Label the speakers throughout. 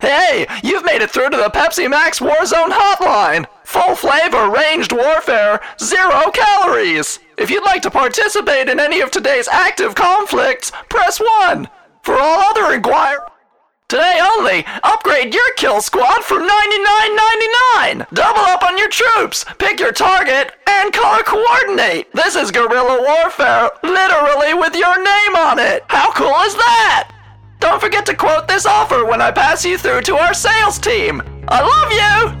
Speaker 1: Hey, you've made it through to the Pepsi Max Warzone Hotline! Full flavor ranged warfare, zero calories! If you'd like to participate in any of today's active conflicts, press 1. For all other inquiries, Today only, upgrade your kill squad for $99.99! Double up on your troops, pick your target, and color coordinate! This is guerrilla warfare, literally with your name on it! How cool is that? Don't forget to quote this offer when I pass you through to our sales team! I love you!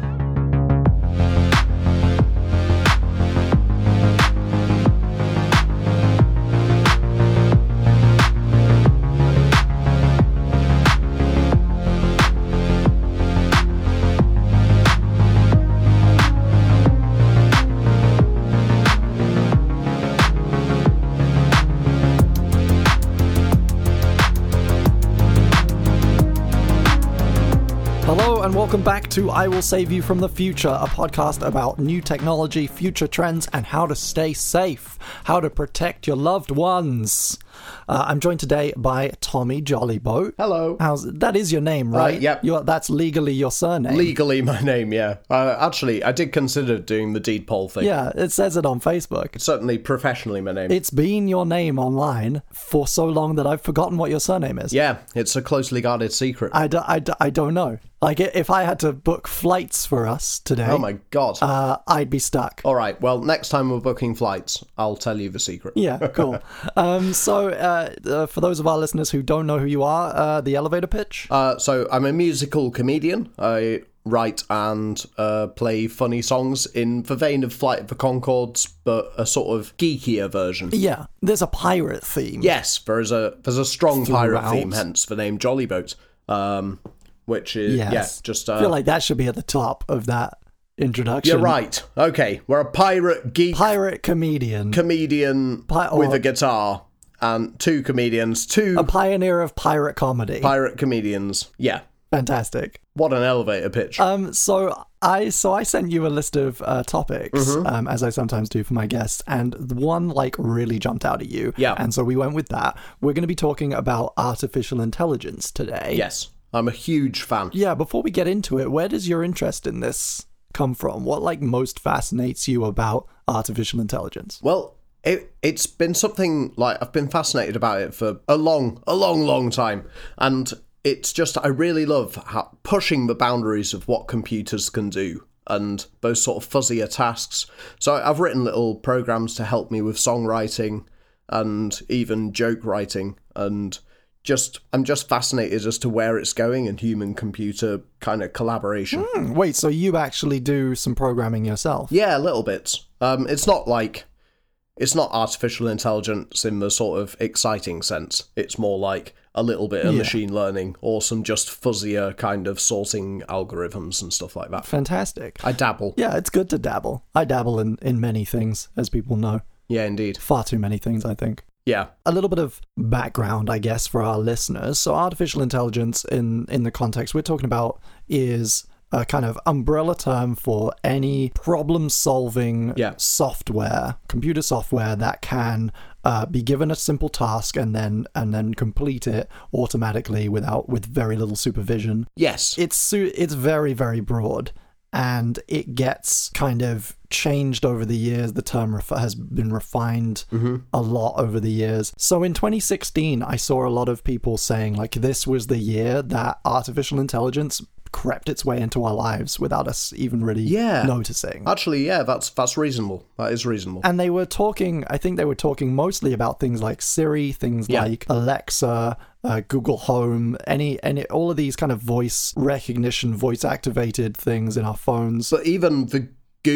Speaker 2: Hello and welcome back to I Will Save You from the Future, a podcast about new technology, future trends, and how to stay safe, how to protect your loved ones. Uh, I'm joined today by Tommy Jollyboat.
Speaker 3: Hello. Uh,
Speaker 2: How's that is your name, right?
Speaker 3: yep.
Speaker 2: You're- that's legally your surname.
Speaker 3: Legally, my name, yeah. Uh, actually, I did consider doing the deed poll thing.
Speaker 2: yeah, it says it on Facebook.
Speaker 3: Certainly, professionally, my name.
Speaker 2: It's been your name online for so long that I've forgotten what your surname is.
Speaker 3: yeah, it's a closely guarded secret.
Speaker 2: I, do, I, do, I don't know. Like, i- if I had to book flights for us today,
Speaker 3: oh my Oh. god.
Speaker 2: uh, I'd be stuck.
Speaker 3: All right, well, next time we're booking flights, I'll tell you the secret.
Speaker 2: Yeah, cool. um, so, uh, uh, for those of our listeners who don't know who you are, uh, the elevator pitch.
Speaker 3: Uh, so, I'm a musical comedian. I write and uh, play funny songs in the vein of Flight of the Concords, but a sort of geekier version.
Speaker 2: yeah, there's a pirate theme.
Speaker 3: Yes, there is a there's a strong pirate
Speaker 2: Throughout.
Speaker 3: theme, hence the name Jolly Boat, um, which is
Speaker 2: Yes.
Speaker 3: yeah, just uh,
Speaker 2: I feel like that should be at the top of that introduction.
Speaker 3: You're right. Okay, we're a pirate geek
Speaker 2: Pirate comedian,
Speaker 3: comedian
Speaker 2: Pi- or-
Speaker 3: with a guitar and two comedians, two
Speaker 2: a pioneer of pirate comedy.
Speaker 3: pirate comedians. Yeah,
Speaker 2: Fantastic.
Speaker 3: what an elevator pitch.
Speaker 2: Um, so I so I sent you a list of uh, topics, um, as I sometimes do for my guests, and the one like really jumped out at you.
Speaker 3: Yeah.
Speaker 2: And so we went with that. We're going to be talking about artificial intelligence today.
Speaker 3: yes, I'm a huge fan.
Speaker 2: Yeah. Before we get into it, where does your interest in this come from? What like most fascinates you about artificial intelligence?
Speaker 3: Well, it it's been something like I've been fascinated about it for a long, a long, long time, and it's just I really love how, pushing the boundaries of what computers can do and those sort of fuzzier tasks. So I've written little programs to help me with songwriting and even joke writing and just I'm just fascinated as to where it's going and human computer kind of collaboration.
Speaker 2: Hmm, Wait, so you actually do some programming yourself?
Speaker 3: Yeah, little bits. Um, it's not like it's not artificial intelligence in the sort of exciting sense. It's more like a little bit of
Speaker 2: Yeah.
Speaker 3: machine learning or some just fuzzier kind of sorting algorithms and stuff like that.
Speaker 2: Fantastic.
Speaker 3: I dabble.
Speaker 2: Yeah, it's good to dabble. I dabble in in many things, as people know.
Speaker 3: Yeah, indeed.
Speaker 2: Far too many things, I think.
Speaker 3: Yeah.
Speaker 2: a little bit of background, I guess, for our listeners. So, artificial intelligence, in in the context we're talking about, is a kind of umbrella term for any problem-solving
Speaker 3: Yeah.
Speaker 2: software, computer software that can uh, be given a simple task and then and then complete it automatically without with very little supervision
Speaker 3: Yes.
Speaker 2: it's su- it's very very broad and it gets kind of changed over the years the term ref- has been refined a lot over the years so in 2016 i saw a lot of people saying like this was the year that artificial intelligence crept its way into our lives without us even really
Speaker 3: Yeah.
Speaker 2: noticing
Speaker 3: Actually, yeah, that's that's reasonable. That is reasonable.
Speaker 2: and they were talking i think they were talking mostly about things like siri things
Speaker 3: Yeah.
Speaker 2: like alexa uh, google home any any all of these kind of voice recognition voice activated things in our phones
Speaker 3: but even the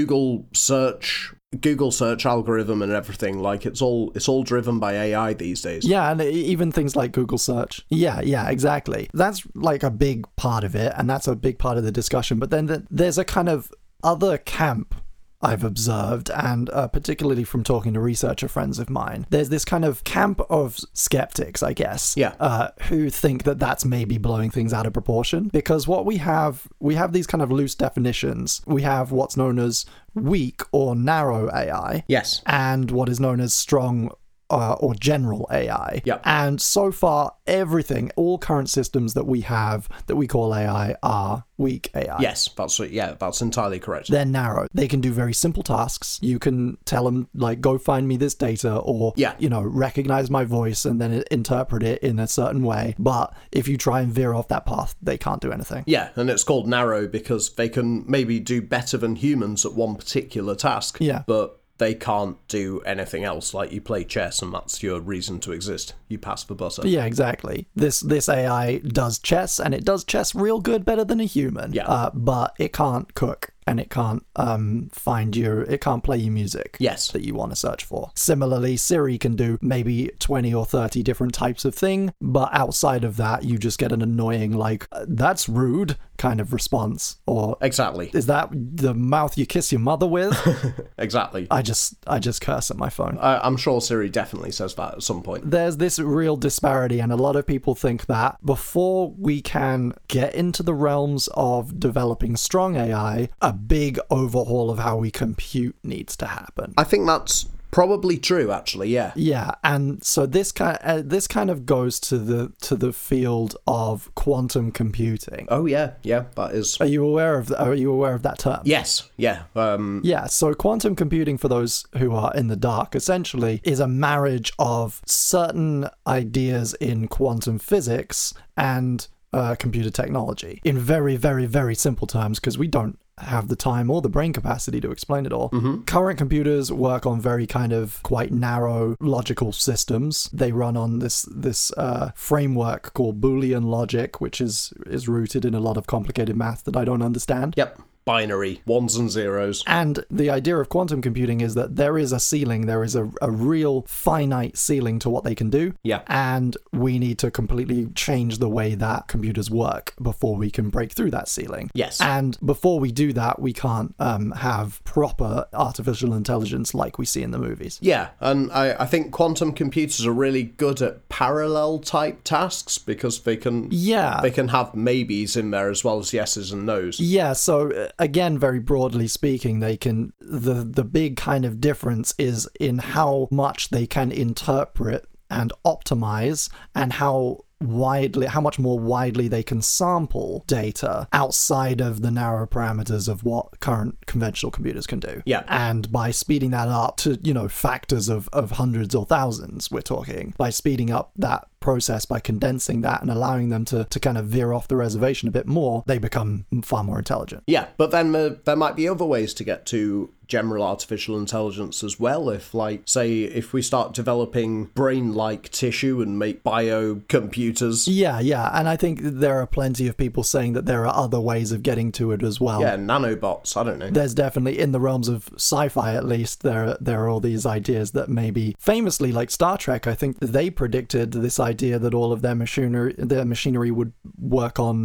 Speaker 3: Google search Google search algorithm and everything, like it's all it's all driven by AI these days.
Speaker 2: yeah and e- even things like google search yeah yeah exactly that's like a big part of it and that's a big part of the discussion but then th- there's a kind of other camp I've observed, and uh, particularly from talking to researcher friends of mine, there's this kind of camp of skeptics, I guess,
Speaker 3: Yeah.
Speaker 2: uh, who think that that's maybe blowing things out of proportion because what we have we have these kind of loose definitions we have what's known as weak or narrow ai
Speaker 3: Yes.
Speaker 2: and what is known as strong uh, or general AI.
Speaker 3: Yep.
Speaker 2: And so far, everything, all current systems that we have that we call AI are weak AI.
Speaker 3: Yes, that's yeah, that's entirely correct.
Speaker 2: They're narrow. They can do very simple tasks. You can tell them, like, go find me this data, or,
Speaker 3: Yeah.
Speaker 2: you know, recognize my voice and then it- interpret it in a certain way. But if you try and veer off that path, they can't do anything.
Speaker 3: Yeah, and it's called narrow because they can maybe do better than humans at one particular task.
Speaker 2: Yeah.
Speaker 3: But they can't do anything else. Like you play chess and that's your reason to exist. You pass the butter.
Speaker 2: Yeah, exactly. This this AI does chess, and it does chess real good, better than a human.
Speaker 3: Yeah.
Speaker 2: Uh, but it can't cook, and it can't um find your, it can't play your music.
Speaker 3: Yes.
Speaker 2: That you want to search for. Similarly, Siri can do maybe twenty or thirty different types of thing, but outside of that, you just get an annoying like "Uh, "that's rude" kind of response, or
Speaker 3: Exactly.
Speaker 2: "is that the mouth you kiss your mother with?"
Speaker 3: Exactly.
Speaker 2: I just I just curse at my phone.
Speaker 3: I, I'm sure Siri definitely says that at some point.
Speaker 2: there's this real disparity, and a lot of people think that before we can get into the realms of developing strong AI, a big overhaul of how we compute needs to happen.
Speaker 3: I think that's probably true, actually. Yeah.
Speaker 2: Yeah, and so this kind uh, this kind of goes to the to the field of quantum computing.
Speaker 3: Oh, yeah. Yeah, that is.
Speaker 2: Are you aware of Are you aware of that term?
Speaker 3: Yes. Yeah. Um,
Speaker 2: Yeah, so quantum computing, for those who are in the dark, essentially is a marriage of certain ideas in quantum physics and uh, computer technology in very, very, very simple terms because we don't have the time or the brain capacity to explain it all. Current computers work on very kind of quite narrow logical systems. They run on this this uh, framework called Boolean logic, which is is rooted in a lot of complicated math that I don't understand.
Speaker 3: Yep. Binary. Ones and zeros.
Speaker 2: And the idea of quantum computing is that there is a ceiling, there is a, a real finite ceiling to what they can do.
Speaker 3: Yeah.
Speaker 2: And we need to completely change the way that computers work before we can break through that ceiling.
Speaker 3: Yes.
Speaker 2: And before we do that, we can't um, have proper artificial intelligence like we see in the movies.
Speaker 3: Yeah, and I, I think quantum computers are really good at parallel type tasks because they can
Speaker 2: Yeah.
Speaker 3: they can have maybes in there as well as yeses and nos.
Speaker 2: Yeah, so uh, again, very broadly speaking, they can the the big kind of difference is in how much they can interpret and optimize, and how widely how much more widely they can sample data outside of the narrow parameters of what current conventional computers can do.
Speaker 3: Yeah.
Speaker 2: And by speeding that up to, you know, factors of, of hundreds or thousands, we're talking, by speeding up that process, by condensing that and allowing them to, to kind of veer off the reservation a bit more, they become far more intelligent.
Speaker 3: Yeah, but then uh, there might be other ways to get to general artificial intelligence as well. If, like, say, if we start developing brain like tissue and make bio computers,
Speaker 2: Yeah, yeah. And I think there are plenty of people saying that there are other ways of getting to it as well.
Speaker 3: yeah, nanobots, I don't know.
Speaker 2: There's definitely in the realms of sci-fi at least there there are all these ideas that maybe famously like Star Trek I think they predicted this idea that all of their machinery their machinery would work on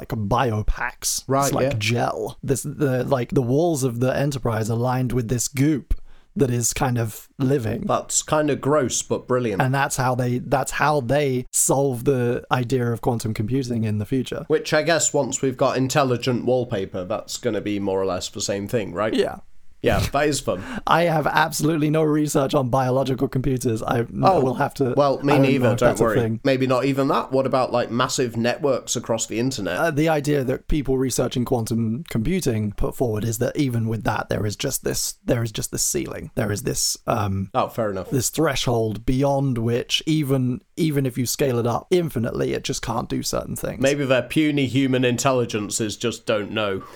Speaker 2: like biopacks.
Speaker 3: Right,
Speaker 2: It's like
Speaker 3: yeah.
Speaker 2: gel. This the like the walls of the Enterprise are lined with this goop that is kind of living.
Speaker 3: That's kind of gross, but brilliant.
Speaker 2: And that's how they that's how they solve the idea of quantum computing in the future.
Speaker 3: Which I guess once we've got intelligent wallpaper, that's going to be more or less the same thing, right?
Speaker 2: Yeah.
Speaker 3: Yeah, that is fun.
Speaker 2: I have absolutely no research on biological computers. I will have to.
Speaker 3: Oh, Well, me
Speaker 2: I don't know
Speaker 3: neither.
Speaker 2: if
Speaker 3: Don't
Speaker 2: that's a
Speaker 3: worry.
Speaker 2: thing.
Speaker 3: Maybe not even that. What about like massive networks across the internet?
Speaker 2: Uh, the idea that people researching quantum computing put forward is that even with that, there is just this. There is just this ceiling. There is this um,
Speaker 3: oh, fair enough.
Speaker 2: this threshold beyond which, even even if you scale it up infinitely, it just can't do certain things.
Speaker 3: Maybe their puny human intelligences just don't know.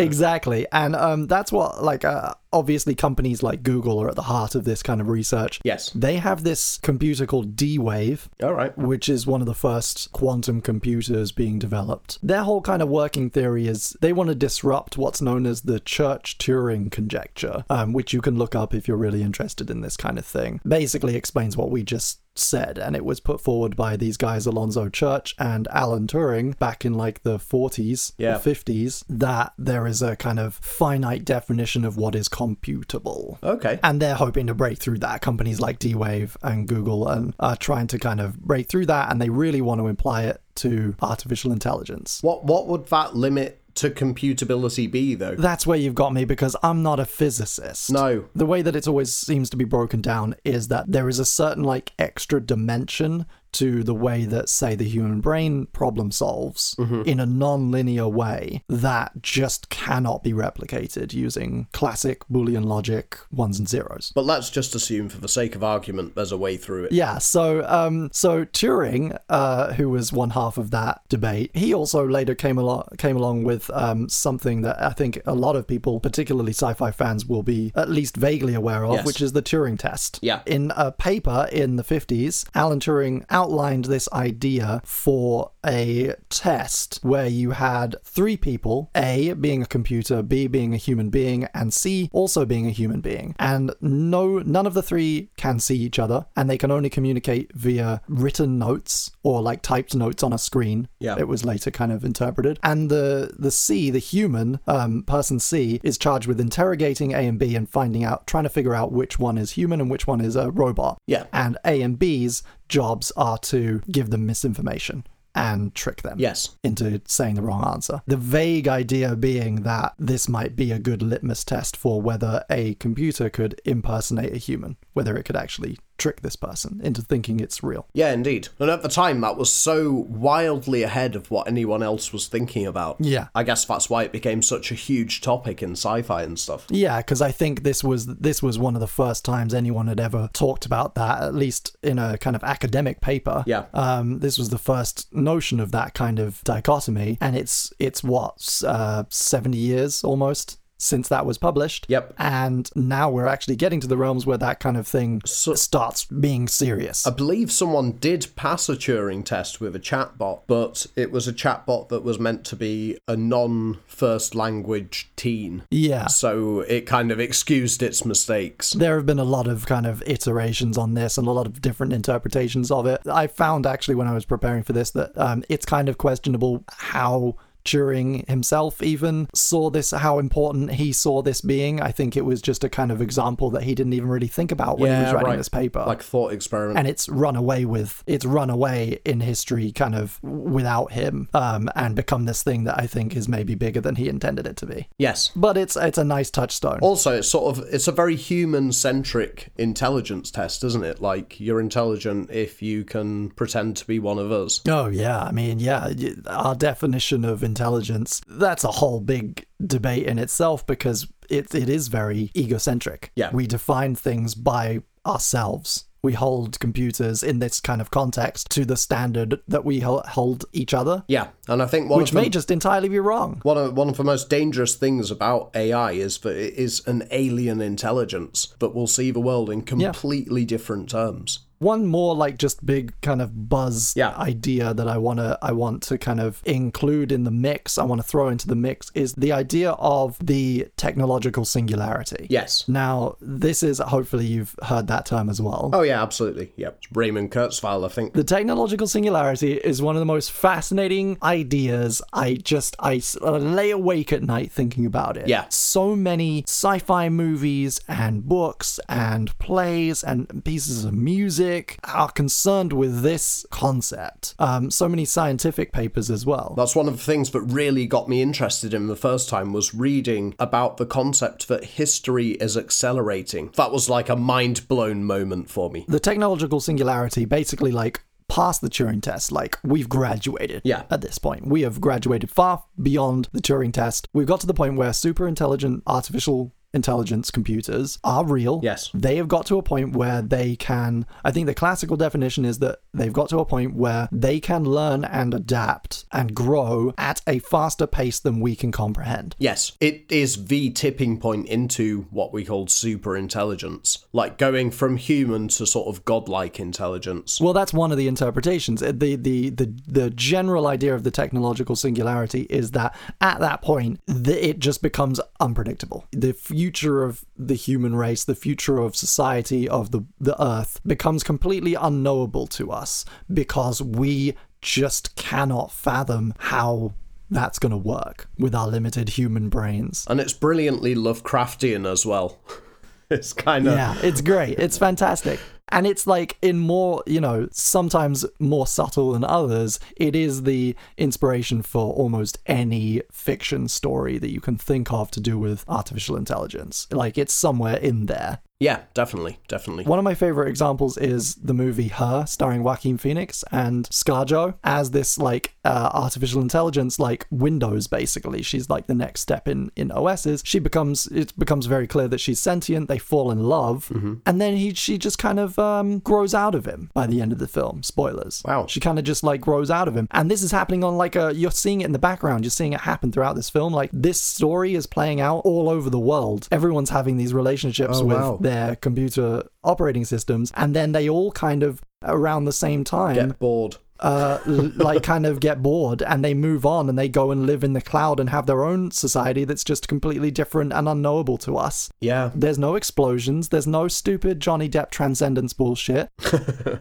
Speaker 2: exactly and um, that's what like uh, obviously companies like google are at the heart of this kind of research
Speaker 3: Yes.
Speaker 2: they have this computer called d-wave
Speaker 3: All right.
Speaker 2: which is one of the first quantum computers being developed their whole kind of working theory is they want to disrupt what's known as the church-turing conjecture um, which you can look up if you're really interested in this kind of thing basically explains what we just said and it was put forward by these guys alonzo church and alan turing back in like the 40s
Speaker 3: Yeah.
Speaker 2: the 50s that there is a kind of finite definition of what is computable.
Speaker 3: Okay.
Speaker 2: And they're hoping to break through that. Companies like D Wave and Google and are trying to kind of break through that, and they really want to imply it to artificial intelligence.
Speaker 3: What what would that limit to computability be, though?
Speaker 2: That's where you've got me because I'm not a physicist.
Speaker 3: No.
Speaker 2: The way that it always seems to be broken down is that there is a certain like extra dimension to the way that say the human brain problem solves in a non-linear way that just cannot be replicated using classic boolean logic ones and zeros.
Speaker 3: But let's just assume, for the sake of argument, there's a way through it.
Speaker 2: Yeah, so um, so Turing, uh, who was one half of that debate, he also later came along came along with um, something that I think a lot of people, particularly sci-fi fans, will be at least vaguely aware of,
Speaker 3: Yes.
Speaker 2: which is the Turing test.
Speaker 3: Yeah.
Speaker 2: In a paper in the 50s, Alan Turing outlined this idea for a test where you had three people A being a computer, B being a human being, and C also being a human being. And no none of the three can see each other and they can only communicate via written notes or like typed notes on a screen.
Speaker 3: Yeah.
Speaker 2: It was later kind of interpreted. And the the C, the human um, person C, is charged with interrogating A and B and finding out, trying to figure out which one is human and which one is a robot.
Speaker 3: Yeah.
Speaker 2: And A and B's jobs are to give them misinformation and trick them
Speaker 3: Yes.
Speaker 2: into saying the wrong answer. The vague idea being that this might be a good litmus test for whether a computer could impersonate a human, whether it could actually trick this person into thinking it's real.
Speaker 3: Yeah, indeed. And at the time, that was so wildly ahead of what anyone else was thinking about.
Speaker 2: Yeah.
Speaker 3: I guess that's why it became such a huge topic in sci fi and stuff.
Speaker 2: Yeah, because I think this was this was one of the first times anyone had ever talked about that, at least in a kind of academic paper.
Speaker 3: Yeah.
Speaker 2: um, this was the first notion of that kind of dichotomy, and it's it's what s- uh, seventy years almost since that was published.
Speaker 3: Yep.
Speaker 2: and now we're actually getting to the realms where that kind of thing starts being serious.
Speaker 3: I believe someone did pass a Turing test with a chatbot, but it was a chatbot that was meant to be a non first language teen.
Speaker 2: yeah.
Speaker 3: So it kind of excused its mistakes.
Speaker 2: There have been a lot of kind of iterations on this and a lot of different interpretations of it. I found actually when I was preparing for this that um, it's kind of questionable how Turing himself even saw this, how important he saw this being. I think it was just a kind of example that he didn't even really think about when he was writing this paper.
Speaker 3: Like a thought experiment.
Speaker 2: and it's run away with it's run away in history kind of without him um, and become this thing that i think is maybe bigger than he intended it to be
Speaker 3: yes.
Speaker 2: but it's it's a nice touchstone
Speaker 3: Also, it's sort of it's a very human centric intelligence test, isn't it? Like you're intelligent if you can pretend to be one of us.
Speaker 2: Oh, yeah. I mean, yeah, y- our definition of intelligence, that's a whole big debate in itself because it, it is very egocentric.
Speaker 3: Yeah.
Speaker 2: We define things by ourselves. We hold computers in this kind of context to the standard that we hol- hold each other,
Speaker 3: Yeah, and I think one
Speaker 2: which
Speaker 3: of the,
Speaker 2: may just entirely be wrong.
Speaker 3: one of one of the most dangerous things about AI is that it is an alien intelligence that will see the world in completely different terms.
Speaker 2: one more like just big kind of buzz
Speaker 3: Yeah.
Speaker 2: idea that I want to I want to kind of include in the mix I want to throw into the mix is the idea of the technological singularity.
Speaker 3: Yes.
Speaker 2: Now this is hopefully you've heard that term as well.
Speaker 3: Oh yeah, absolutely. Yep. Raymond Kurzweil, I think.
Speaker 2: The technological singularity is one of the most fascinating ideas. I just I s- I lay awake at night thinking about it.
Speaker 3: Yeah.
Speaker 2: So many sci-fi movies and books and plays and pieces of music are concerned with this concept. Um, so many scientific papers as well.
Speaker 3: That's one of the things that really got me interested in the first time was reading about the concept that history is accelerating. That was like a mind blown moment for me.
Speaker 2: the technological singularity basically like passed the Turing test. Like we've graduated
Speaker 3: Yeah.
Speaker 2: at this point. We have graduated far beyond the Turing test. We've got to the point where super intelligent artificial intelligence computers are real.
Speaker 3: Yes.
Speaker 2: They have got to a point where they can I think the classical definition is that they've got to a point where they can learn and adapt and grow at a faster pace than we can comprehend.
Speaker 3: Yes, it is the tipping point into what we call super intelligence, like going from human to sort of godlike intelligence.
Speaker 2: Well, that's one of the interpretations. Uh, The, the the the general idea of the technological singularity is that at that point, the, it just becomes unpredictable. The future of the human race, the future of society, of the the Earth becomes completely unknowable to us because we just cannot fathom how that's going to work with our limited human brains.
Speaker 3: And it's brilliantly Lovecraftian as well. It's kind of
Speaker 2: Yeah, it's great. It's fantastic. And it's like in more, you know, sometimes more subtle than others, it is the inspiration for almost any fiction story that you can think of to do with artificial intelligence. Like it's somewhere in there.
Speaker 3: yeah, definitely, definitely.
Speaker 2: One of my favorite examples is the movie Her, starring Joaquin Phoenix and ScarJo as this like uh, artificial intelligence, like Windows. Basically, she's like the next step in in OSs. She becomes it becomes very clear that she's sentient. They fall in love, and then he she just kind of um, grows out of him by the end of the film. Spoilers.
Speaker 3: Wow.
Speaker 2: She kind of just like grows out of him, and this is happening on like a you're seeing it in the background. You're seeing it happen throughout this film. Like this story is playing out all over the world. Everyone's having these relationships
Speaker 3: Oh,
Speaker 2: with
Speaker 3: wow.
Speaker 2: their computer operating systems, and then they all kind of around the same time
Speaker 3: Get bored.
Speaker 2: uh, l- like kind of get bored and they move on and they go and live in the cloud and have their own society that's just completely different and unknowable to us
Speaker 3: Yeah,
Speaker 2: there's no explosions there's no stupid johnny depp transcendence bullshit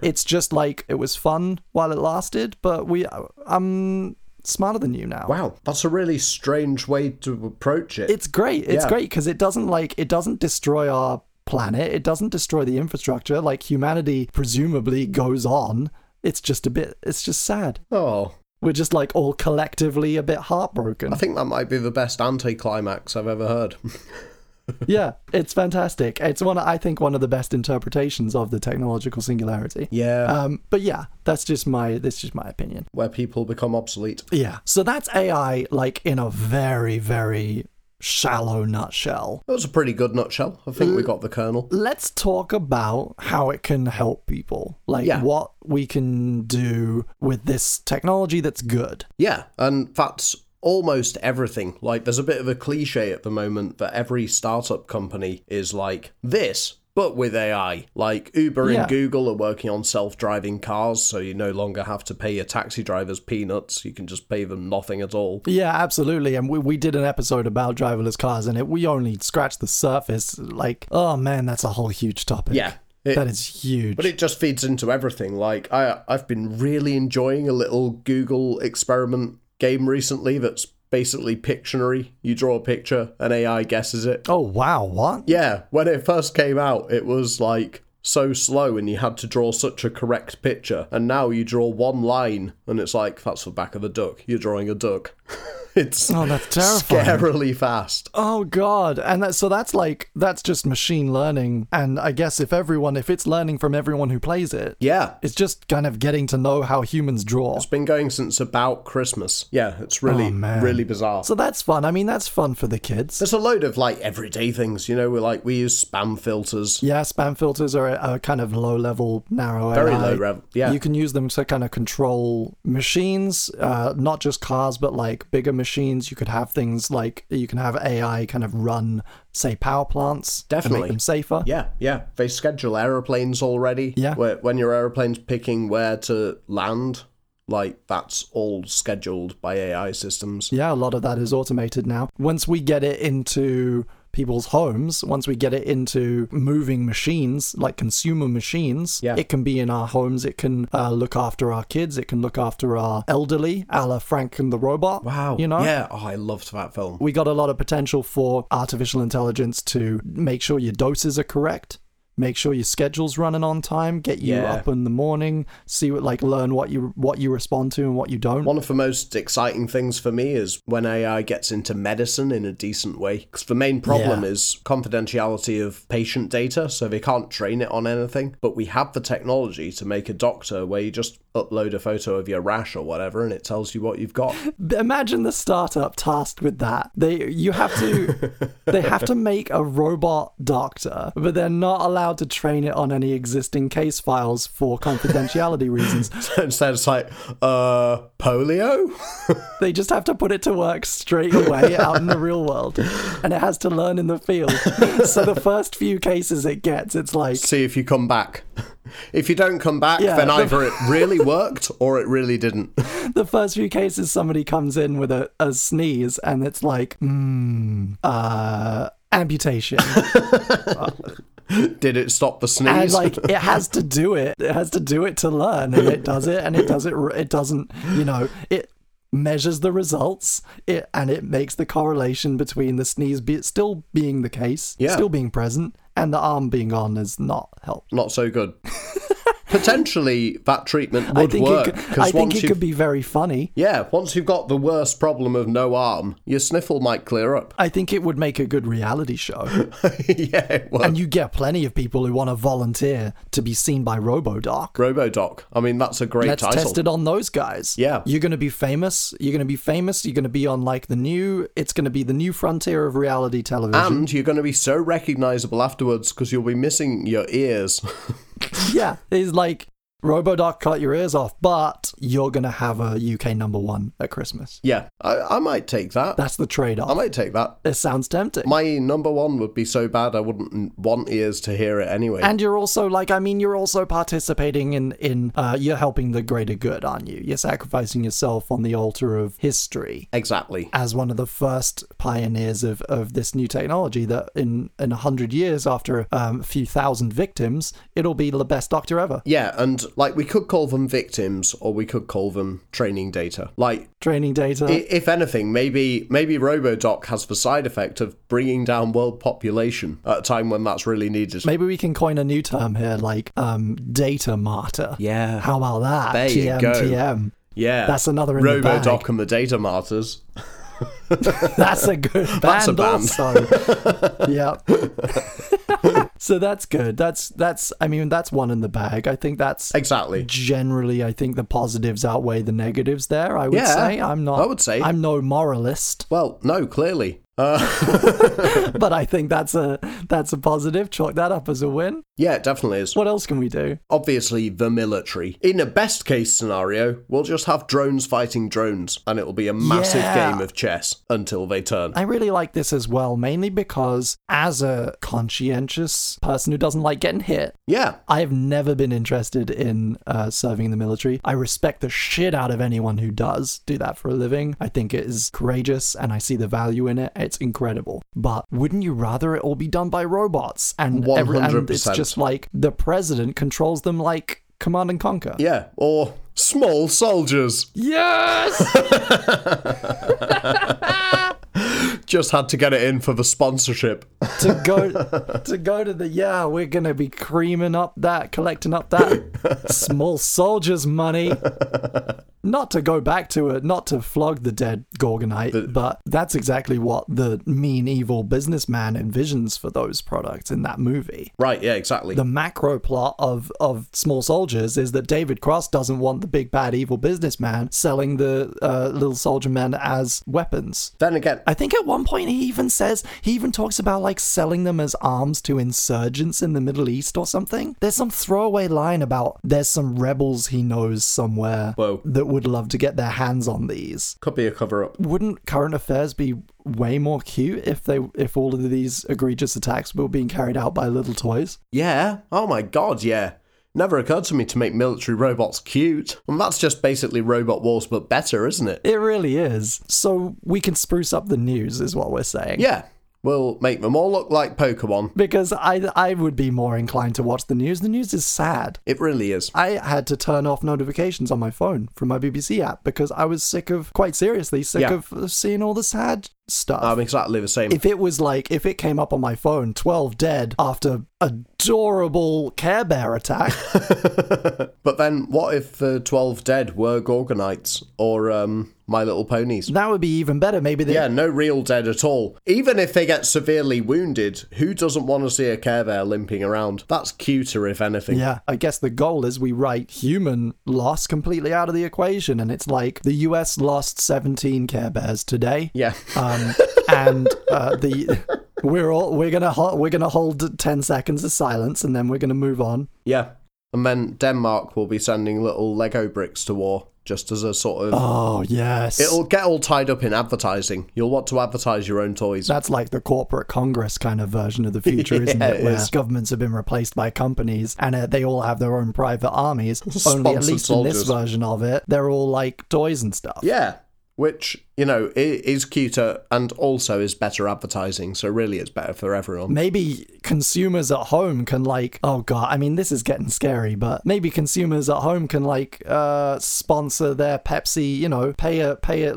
Speaker 2: it's just like it was fun while it lasted but we i'm smarter than you now
Speaker 3: wow, that's a really strange way to approach it.
Speaker 2: it's great it's
Speaker 3: Yeah.
Speaker 2: great because it doesn't like it doesn't destroy our planet it doesn't destroy the infrastructure like humanity presumably goes on it's just a bit it's just sad
Speaker 3: oh,
Speaker 2: we're just like all collectively a bit heartbroken
Speaker 3: I think that might be the best anticlimax I've ever heard.
Speaker 2: yeah it's fantastic it's one i think one of the best interpretations of the technological singularity
Speaker 3: yeah,
Speaker 2: um but yeah that's just my that's just my opinion
Speaker 3: where people become obsolete.
Speaker 2: yeah so that's ai like in a very very shallow nutshell
Speaker 3: That was a pretty good nutshell. I think we got the kernel.
Speaker 2: let's talk about how it can help people like
Speaker 3: Yeah.
Speaker 2: what we can do with this technology that's good
Speaker 3: Yeah, and that's almost everything. Like, there's a bit of a cliche at the moment that every startup company is like this, but with AI. Like, Uber
Speaker 2: Yeah.
Speaker 3: and Google are working on self driving cars, so you no longer have to pay your taxi drivers peanuts. You can just pay them nothing at all.
Speaker 2: yeah absolutely and we, we did an episode about driverless cars and it we only scratched the surface like oh man that's a whole huge topic
Speaker 3: Yeah. It-
Speaker 2: that is huge
Speaker 3: But it just feeds into everything. Like I, I've been really enjoying a little Google experiment game recently. That's basically Pictionary. You draw a picture, and AI guesses it.
Speaker 2: oh wow what
Speaker 3: Yeah, when it first came out, it was like so slow, and you had to draw such a correct picture. And now you draw one line, and it's like that's the back of a duck. You're drawing a duck. it's
Speaker 2: oh that's terrifying
Speaker 3: scarily fast.
Speaker 2: Oh god. And that so that's like that's just machine learning and I guess if everyone if it's learning from everyone who plays it
Speaker 3: Yeah,
Speaker 2: it's just kind of getting to know how humans draw.
Speaker 3: it's been going since about Christmas. Yeah, it's really,
Speaker 2: Oh, man.
Speaker 3: really bizarre.
Speaker 2: So that's fun. I mean, that's fun for the kids.
Speaker 3: There's a load of like everyday things, you know. We're like we use spam filters.
Speaker 2: yeah, spam filters are a, a kind of low level, narrow
Speaker 3: Very
Speaker 2: AI.
Speaker 3: low rev. Yeah,
Speaker 2: You can use them to kind of control machines, uh, not just cars, but like bigger machines. You could have things like you can have AI kind of run, say, power plants, and
Speaker 3: Definitely.
Speaker 2: make them safer.
Speaker 3: yeah, yeah. They schedule aeroplanes already.
Speaker 2: Yeah.
Speaker 3: Where, when your aeroplane's picking where to land, like that's all scheduled by AI systems.
Speaker 2: Yeah, a lot of that is automated now. Once we get it into people's homes, once we get it into moving machines, like consumer machines,
Speaker 3: Yeah.
Speaker 2: it can be in our homes. It can uh, look after our kids. It can look after our elderly, a la Frank and the Robot.
Speaker 3: Wow.
Speaker 2: You know?
Speaker 3: Yeah. Oh, I loved that film.
Speaker 2: We got a lot of potential for artificial intelligence to make sure your doses are correct. Make sure your schedule's running on time. Get you
Speaker 3: Yeah.
Speaker 2: up in the morning. See what, like, learn what you what you respond to and what you don't.
Speaker 3: One of the most exciting things for me is when AI gets into medicine in a decent way. Because the main problem
Speaker 2: Yeah.
Speaker 3: is confidentiality of patient data, so they can't train it on anything. But we have the technology to make a doctor where you just upload a photo of your rash or whatever and it tells you what you've got.
Speaker 2: imagine the startup tasked with that they you have to they have to make a robot doctor but they're not allowed to train it on any existing case files for confidentiality reasons
Speaker 3: Instead, it's like, uh, polio?
Speaker 2: they just have to put it to work straight away out in the real world and it has to learn in the field so the first few cases it gets it's like
Speaker 3: See if you come back. If you don't come back,
Speaker 2: Yeah,
Speaker 3: then
Speaker 2: the-
Speaker 3: either it really worked or it really didn't.
Speaker 2: the first few cases somebody comes in with a, a sneeze and it's like hmm uh amputation
Speaker 3: Did it stop the sneeze?
Speaker 2: and like it has to do it it has to do it to learn and it does it and it does it it doesn't you know it measures the results it and it makes the correlation between the sneeze be, still being the case
Speaker 3: Yeah.
Speaker 2: still being present and the arm being on is not helped.
Speaker 3: Not so good. Potentially, that treatment
Speaker 2: I
Speaker 3: would
Speaker 2: think
Speaker 3: work
Speaker 2: it could, I
Speaker 3: because
Speaker 2: think
Speaker 3: once
Speaker 2: it
Speaker 3: you,
Speaker 2: could be very funny.
Speaker 3: yeah, once you've got the worst problem of no arm, your sniffle might clear up.
Speaker 2: I think it would make a good reality show.
Speaker 3: yeah, it would.
Speaker 2: and you get plenty of people who want to volunteer to be seen by RoboDoc.
Speaker 3: RoboDoc. I mean, that's a great
Speaker 2: Let's
Speaker 3: title.
Speaker 2: test it on those guys.
Speaker 3: Yeah.
Speaker 2: You're going to be famous. You're going to be famous. You're going to be on like the new, it's going to be the new frontier of reality television.
Speaker 3: And you're going to be so recognizable afterwards because you'll be missing your ears.
Speaker 2: yeah. It's like RoboDoc cut your ears off, but you're going to have a UK number one at Christmas.
Speaker 3: yeah, I, I might take that.
Speaker 2: That's the trade
Speaker 3: I
Speaker 2: off.
Speaker 3: might take that.
Speaker 2: It sounds tempting.
Speaker 3: My number one would be so bad I wouldn't want ears to hear it anyway.
Speaker 2: and you're also like i mean you're also participating in in uh, you're helping the greater good aren't you you're sacrificing yourself on the altar of history
Speaker 3: exactly.
Speaker 2: as one of the first pioneers of, of this new technology that in in 100 years after um, a few thousand victims it'll be the best doctor ever
Speaker 3: Yeah, and like we could call them victims or we could call them training data. Like
Speaker 2: training data
Speaker 3: i- if anything, maybe maybe RoboDoc has the side effect of bringing down world population at a time when that's really needed.
Speaker 2: Maybe we can coin a new term here, like um, data martyr.
Speaker 3: Yeah.
Speaker 2: How about that?
Speaker 3: There you
Speaker 2: TM,
Speaker 3: go.
Speaker 2: TM.
Speaker 3: yeah.
Speaker 2: that's another in the
Speaker 3: RoboDoc
Speaker 2: bag.
Speaker 3: and the data martyrs.
Speaker 2: That's a good band
Speaker 3: That's a band.
Speaker 2: also. yeah. so that's good. That's that's I mean that's one in the bag. I think that's
Speaker 3: Exactly.
Speaker 2: generally I think the positives outweigh the negatives there, I would
Speaker 3: Yeah,
Speaker 2: say. I'm not
Speaker 3: I would say.
Speaker 2: I'm no moralist,
Speaker 3: Well, no, clearly. Uh,
Speaker 2: but I think that's a that's a positive. Chalk that up as a win.
Speaker 3: yeah, it definitely is.
Speaker 2: What else can we do?
Speaker 3: Obviously, the military. In a best case scenario, we'll just have drones fighting drones, and it'll be a massive
Speaker 2: Yeah.
Speaker 3: game of chess until they turn.
Speaker 2: I really like this as well, mainly because as a conscientious person who doesn't like getting hit,
Speaker 3: yeah,
Speaker 2: I have never been interested in uh, serving in the military. I respect the shit out of anyone who does do that for a living. I think it is courageous and I see the value in it. It's incredible. But wouldn't you rather it all be done by robots? And, every- and it's
Speaker 3: 100%.
Speaker 2: just like the president controls them like command and conquer.
Speaker 3: yeah, or small soldiers.
Speaker 2: Yes!
Speaker 3: Just had to get it in for the sponsorship.
Speaker 2: to go to go to the yeah, we're gonna be creaming up that, collecting up that small soldiers money. Not to go back to it, not to flog the dead Gorgonite, but that's exactly what the mean evil businessman envisions for those products in that movie.
Speaker 3: Right, yeah, exactly.
Speaker 2: The macro plot of, of Small Soldiers is that David Cross doesn't want the big bad evil businessman selling the uh, little soldier men as weapons.
Speaker 3: then again,
Speaker 2: I think at one point he even says he even talks about like selling them as arms to insurgents in the Middle East or something. There's some throwaway line about there's some rebels he knows somewhere
Speaker 3: Whoa.
Speaker 2: that would love to get their hands on these.
Speaker 3: could be a cover up.
Speaker 2: Wouldn't current affairs be way more cute if they if all of these egregious attacks were being carried out by little toys?
Speaker 3: Yeah, oh my god, yeah. Never occurred to me to make military robots cute. And that's just basically robot wars, but better, isn't it?
Speaker 2: It really is. So we can spruce up the news is what we're saying.
Speaker 3: Yeah, we'll make them all look like Pokemon.
Speaker 2: Because I I would be more inclined to watch the news. The news is sad.
Speaker 3: It really is.
Speaker 2: I had to turn off notifications on my phone from my BBC app because I was sick of, quite seriously, sick
Speaker 3: Yeah. Um,
Speaker 2: of seeing all the sad stuff.
Speaker 3: I'm exactly the same.
Speaker 2: if it was like, if it came up on my phone, 12 dead after adorable Care Bear attack,
Speaker 3: But then, what if the 12 dead were Gorgonites or um, My Little Ponies?
Speaker 2: that would be even better. Maybe they.
Speaker 3: Yeah, no real dead at all. Even if they get severely wounded, who doesn't want to see a Care Bear limping around? That's cuter, if anything.
Speaker 2: Yeah, I guess the goal is we write human loss completely out of the equation. And it's like the US lost 17 Care Bears today.
Speaker 3: Yeah.
Speaker 2: um, and uh, the we're all we're gonna ho- we're gonna hold ten seconds of silence and then we're gonna move on.
Speaker 3: Yeah. And then Denmark will be sending little Lego bricks to war, just as a sort of.
Speaker 2: Oh yes,
Speaker 3: It'll get all tied up in advertising. You'll want to advertise your own toys.
Speaker 2: that's like the corporate congress kind of version of the future, isn't
Speaker 3: Yeah,
Speaker 2: it?
Speaker 3: it
Speaker 2: Where
Speaker 3: is.
Speaker 2: governments have been replaced by companies and uh, they all have their own private armies. Only at
Speaker 3: Sponsored
Speaker 2: least in
Speaker 3: soldiers.
Speaker 2: this version of it, they're all like toys and stuff.
Speaker 3: Yeah. Which, you know, i- is cuter and also is better advertising, so really it's better for everyone.
Speaker 2: Maybe consumers at home can like oh god i mean this is getting scary but maybe consumers at home can like uh sponsor their pepsi you know pay a pay a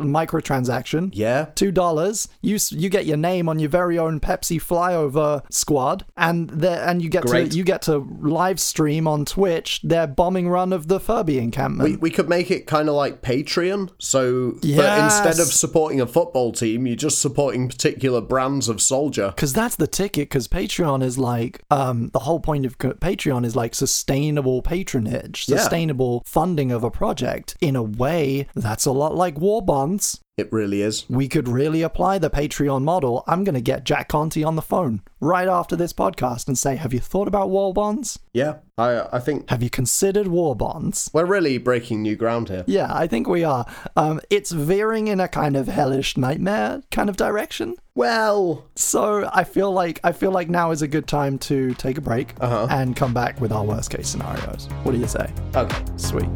Speaker 2: microtransaction
Speaker 3: Yeah.
Speaker 2: two dollars you s- you get your name on your very own pepsi flyover squad and the, and you get
Speaker 3: Great.
Speaker 2: to you get to live stream on twitch their bombing run of the furby encampment
Speaker 3: We could make it kind of like Patreon. So but
Speaker 2: Yes.
Speaker 3: instead of supporting a football team, you're just supporting particular brands of soldier.
Speaker 2: Because that's the ticket. Because Patreon is like um, the whole point of co- Patreon is like sustainable patronage,
Speaker 3: Yeah.
Speaker 2: sustainable funding of a project. In a way, that's a lot like war bonds.
Speaker 3: It really is.
Speaker 2: We could really apply the Patreon model. I'm going to get Jack Conti on the phone right after this podcast and say, "Have you thought about war bonds?
Speaker 3: Yeah. I I think
Speaker 2: Have you considered war bonds?"
Speaker 3: we're really breaking new ground here.
Speaker 2: Yeah, I think we are. Um, it's veering in a kind of hellish nightmare kind of direction.
Speaker 3: Well,
Speaker 2: So I feel like I feel like now is a good time to take a break and come back with our worst case scenarios. What do you say?
Speaker 3: okay.
Speaker 2: Sweet.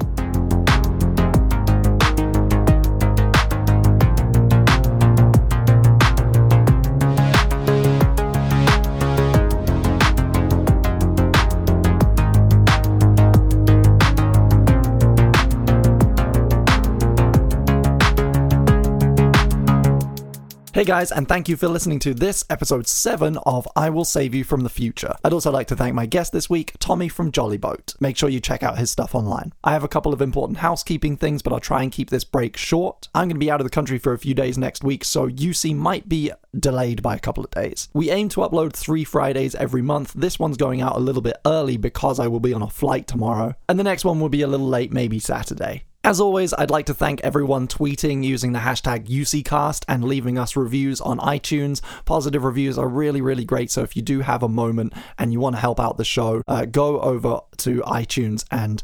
Speaker 2: Hey guys, and thank you for listening to this episode 7 of I Will Save You from the Future. I'd also like to thank my guest this week, Tommy from Jolly Boat. Make sure you check out his stuff online. I have a couple of important housekeeping things, but I'll try and keep this break short. I'm going to be out of the country for a few days next week, so UC might be delayed by a couple of days. We aim to upload three Fridays every month. This one's going out a little bit early because I will be on a flight tomorrow, and the next one will be a little late, maybe Saturday. As always, I'd like to thank everyone tweeting using the hashtag UCCast and leaving us reviews on iTunes. Positive reviews are really, really great. So if you do have a moment and you want to help out the show, uh, go over to iTunes and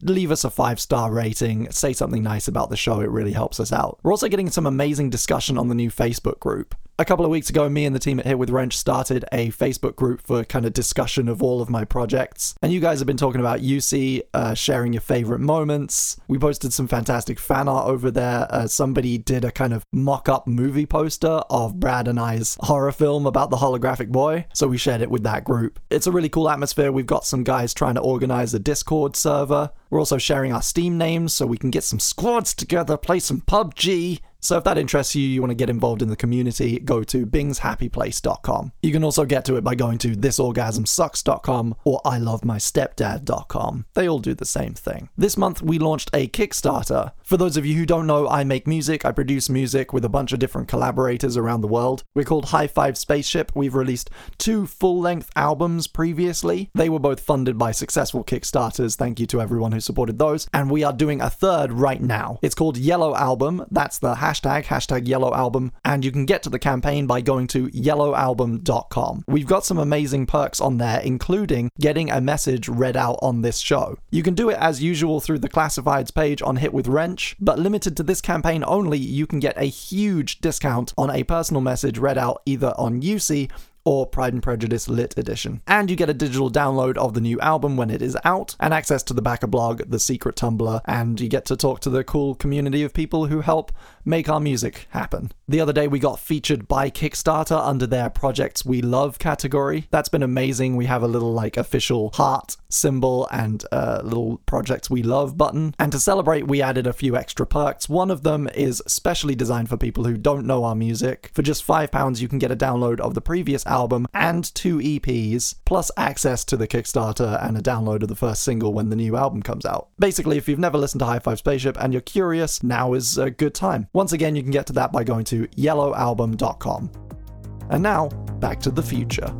Speaker 2: leave us a five star rating. Say something nice about the show. It really helps us out. We're also getting some amazing discussion on the new Facebook group a couple of weeks ago, me and the team at Here with Wrench started a Facebook group for kind of discussion of all of my projects. And you guys have been talking about UC, uh, sharing your favorite moments. We posted some fantastic fan art over there. Uh, somebody did a kind of mock up movie poster of Brad and I's horror film about the holographic boy. So we shared it with that group. It's a really cool atmosphere. We've got some guys trying to organize a Discord server. We're also sharing our Steam names so we can get some squads together, play some PUBG. So if that interests you, you want to get involved in the community, go to bingshappyplace.com. You can also get to it by going to thisorgasmsucks.com or ilovemystepdad.com. They all do the same thing. This month we launched a Kickstarter. For those of you who don't know, I make music, I produce music with a bunch of different collaborators around the world. We're called High Five Spaceship. We've released two full-length albums previously. They were both funded by successful Kickstarters. Thank you to everyone who supported those. And we are doing a third right now. It's called Yellow Album. That's the hashtag, hashtag Yellow Album. And you can get to the campaign by going to yellowalbum.com. We've got some amazing perks on there, including getting a message read out on this show. You can do it as usual through the classifieds page on Hit with Wrench, but limited to this campaign only, you can get a huge discount on a personal message read out either on UC or Pride and Prejudice Lit Edition. And you get a digital download of the new album when it is out, and access to the backer blog, the secret Tumblr, and you get to talk to the cool community of people who help make our music happen. The other day we got featured by Kickstarter under their Projects We Love category. That's been amazing. We have a little like official heart symbol and a little Projects We Love button. And to celebrate, we added a few extra perks. One of them is specially designed for people who don't know our music. For just £5, you can get a download of the previous album and two EPs, plus access to the Kickstarter and a download of the first single when the new album comes out. Basically, if you've never listened to High Five Spaceship and you're curious, now is a good time. Once again, you can get to that by going to yellowalbum.com. And now, back to the future.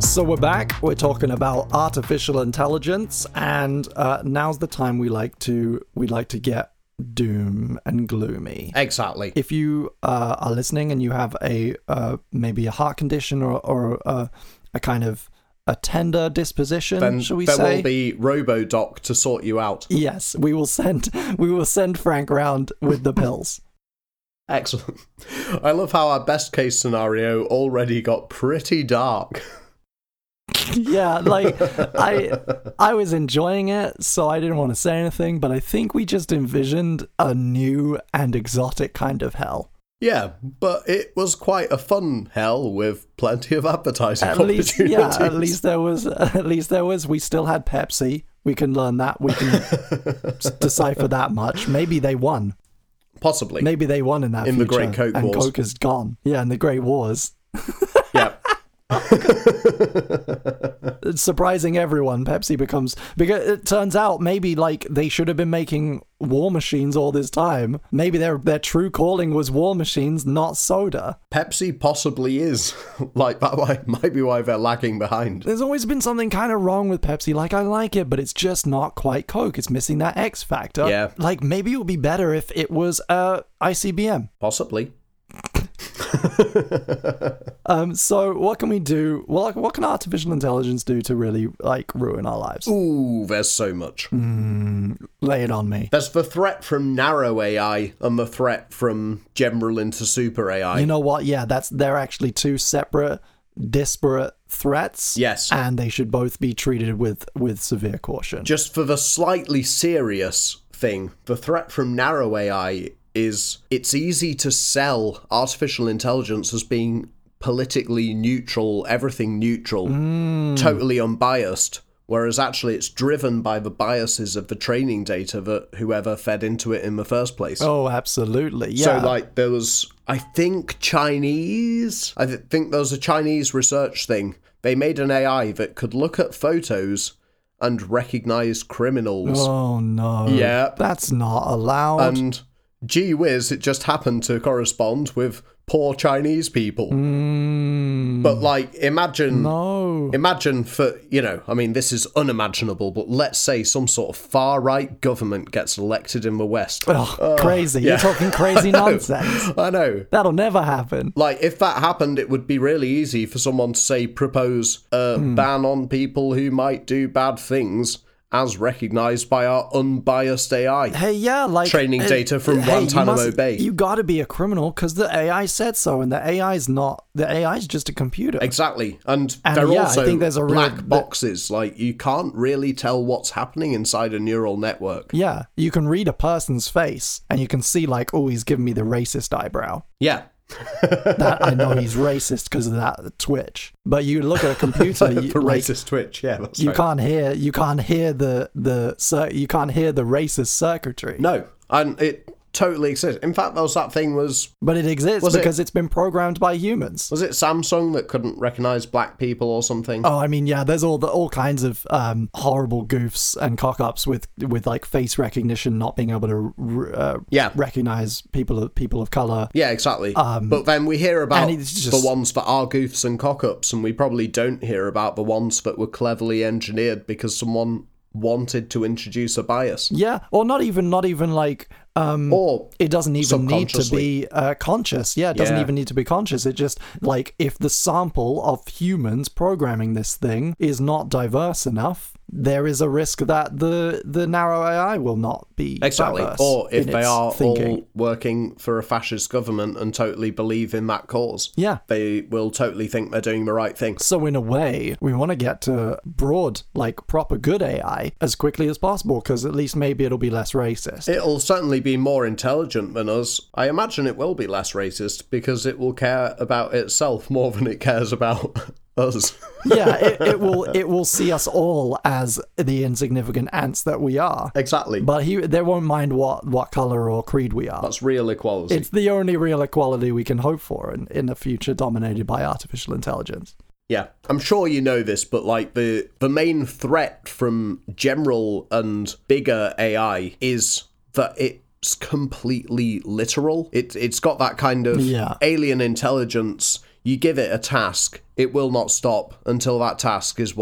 Speaker 2: So we're back. We're talking about artificial intelligence, and uh, now's the time we like to we like to get doom and gloomy.
Speaker 3: Exactly.
Speaker 2: If you uh, are listening and you have a uh, maybe a heart condition or or uh, a kind of a tender disposition,
Speaker 3: Then
Speaker 2: shall we
Speaker 3: there
Speaker 2: say?
Speaker 3: will be RoboDoc to sort you out.
Speaker 2: yes, we will send we will send Frank round with the pills.
Speaker 3: Excellent. I love how our best case scenario already got pretty dark.
Speaker 2: yeah, like I I was enjoying it, so I didn't want to say anything, but I think we just envisioned a new and exotic kind of hell.
Speaker 3: Yeah, but it was quite a fun hell with plenty of advertising
Speaker 2: At
Speaker 3: opportunities.
Speaker 2: least yeah, at least there was at least there was we still had Pepsi. We can learn that. We can s- decipher that much. Maybe they won.
Speaker 3: Possibly.
Speaker 2: Maybe they won in that
Speaker 3: In the
Speaker 2: future,
Speaker 3: Great Coke
Speaker 2: and
Speaker 3: Wars.
Speaker 2: Coke is gone. Yeah, in the Great Wars.
Speaker 3: Yeah.
Speaker 2: It's surprising everyone, Pepsi becomes because it turns out maybe like they should have been making war machines all this time. Maybe their their true calling was war machines, not soda.
Speaker 3: Pepsi possibly is. like, that why, might be why they're lagging behind.
Speaker 2: There's always been something kind of wrong with Pepsi. Like I like it, but it's just not quite Coke. It's missing that X factor.
Speaker 3: Yeah.
Speaker 2: Like maybe it would be better if it was uh ICBM.
Speaker 3: Possibly.
Speaker 2: Um. So what can we do? Well, like, what can artificial intelligence do to really like ruin our lives?
Speaker 3: Ooh, there's so much.
Speaker 2: Lay it on me.
Speaker 3: There's the threat from narrow AI and the threat from general into super AI.
Speaker 2: You know what? Yeah, that's they're actually two separate, disparate threats.
Speaker 3: Yes.
Speaker 2: and they should both be treated with with severe caution.
Speaker 3: Just for the slightly serious thing, the threat from narrow AI is it's easy to sell artificial intelligence as being politically neutral, everything neutral, totally unbiased. Whereas actually, it's driven by the biases of the training data that whoever fed into it in the first place.
Speaker 2: oh, absolutely. Yeah.
Speaker 3: So like there was, I think Chinese. I th- think there was a Chinese research thing. They made an AI that could look at photos and recognize criminals.
Speaker 2: oh no.
Speaker 3: Yeah.
Speaker 2: That's not allowed.
Speaker 3: And gee whiz, it just happened to correspond with poor Chinese people. But like, imagine.
Speaker 2: Hmm. Mm, no.
Speaker 3: Imagine for, you know, I mean, this is unimaginable, but let's say some sort of far right government gets elected in the West.
Speaker 2: Ugh, oh, crazy. You're talking crazy nonsense.
Speaker 3: I know.
Speaker 2: That'll never happen.
Speaker 3: Like, if that happened, it would be really easy for someone to say propose a
Speaker 2: Hmm.
Speaker 3: ban on people who might do bad things, as recognised by our unbiased AI.
Speaker 2: Hey, yeah, like
Speaker 3: Training
Speaker 2: eh,
Speaker 3: data from Guantanamo
Speaker 2: you must-
Speaker 3: Bay.
Speaker 2: You got to be a criminal because the AI said so, and the AI's not. The AI's just a computer.
Speaker 3: Exactly, and,
Speaker 2: And
Speaker 3: they're
Speaker 2: yeah, I
Speaker 3: also
Speaker 2: think there's a real-
Speaker 3: black boxes. Like you can't really tell what's happening inside a neural network.
Speaker 2: yeah, you can read a person's face, and you can see like, oh, he's giving me the racist eyebrow.
Speaker 3: Yeah,
Speaker 2: that I know he's racist because of that twitch. But you look at a computer, you,
Speaker 3: the
Speaker 2: like,
Speaker 3: racist twitch. Yeah, that's
Speaker 2: you
Speaker 3: right.
Speaker 2: can't hear you can't hear the the cir- you can't hear the racist circuitry.
Speaker 3: No, and it totally exists. In fact, there was that thing was
Speaker 2: But it exists
Speaker 3: Was it-
Speaker 2: because it? has been programmed by humans.
Speaker 3: was it Samsung that couldn't recognise black people or something?
Speaker 2: Oh, I mean, yeah. There's all the all kinds of um, horrible goofs and cock ups with with like face recognition not being able to r- uh,
Speaker 3: Yeah.
Speaker 2: recognize people of people of color.
Speaker 3: Yeah, exactly. but then we hear about
Speaker 2: Um, and it's just-
Speaker 3: the ones that are goofs and cock ups, and we probably don't hear about the ones that were cleverly engineered because someone wanted to introduce a bias.
Speaker 2: Yeah, or not even not even like um,
Speaker 3: Or
Speaker 2: it doesn't even need to
Speaker 3: Subconsciously.
Speaker 2: be uh, conscious. Yeah, it doesn't
Speaker 3: Yeah.
Speaker 2: even need to be conscious. It just like if the sample of humans programming this thing is not diverse enough, there is a risk that the the narrow AI will not be
Speaker 3: exactly.
Speaker 2: diverse
Speaker 3: Or if
Speaker 2: in
Speaker 3: they
Speaker 2: its
Speaker 3: are
Speaker 2: thinking.
Speaker 3: all working for a fascist government and totally believe in that cause,
Speaker 2: Yeah.
Speaker 3: they will totally think they're doing the right thing.
Speaker 2: So in a way, we want to get to broad, like proper good AI as quickly as possible, because at least maybe it'll be less racist.
Speaker 3: It'll certainly be more intelligent than us. I imagine it will be less racist because it will care about itself more than it cares about us.
Speaker 2: yeah, it, it will it will see us all as the insignificant ants that we are.
Speaker 3: exactly.
Speaker 2: But he, they won't mind what, what color or creed we are.
Speaker 3: That's real equality.
Speaker 2: It's the only real equality we can hope for in, in a future dominated by artificial intelligence.
Speaker 3: Yeah, I'm sure you know this, but like the the main threat from general and bigger AI is that it's completely literal. It it's got that kind of
Speaker 2: Yeah.
Speaker 3: alien intelligence. You give it a task, It will not stop until that task is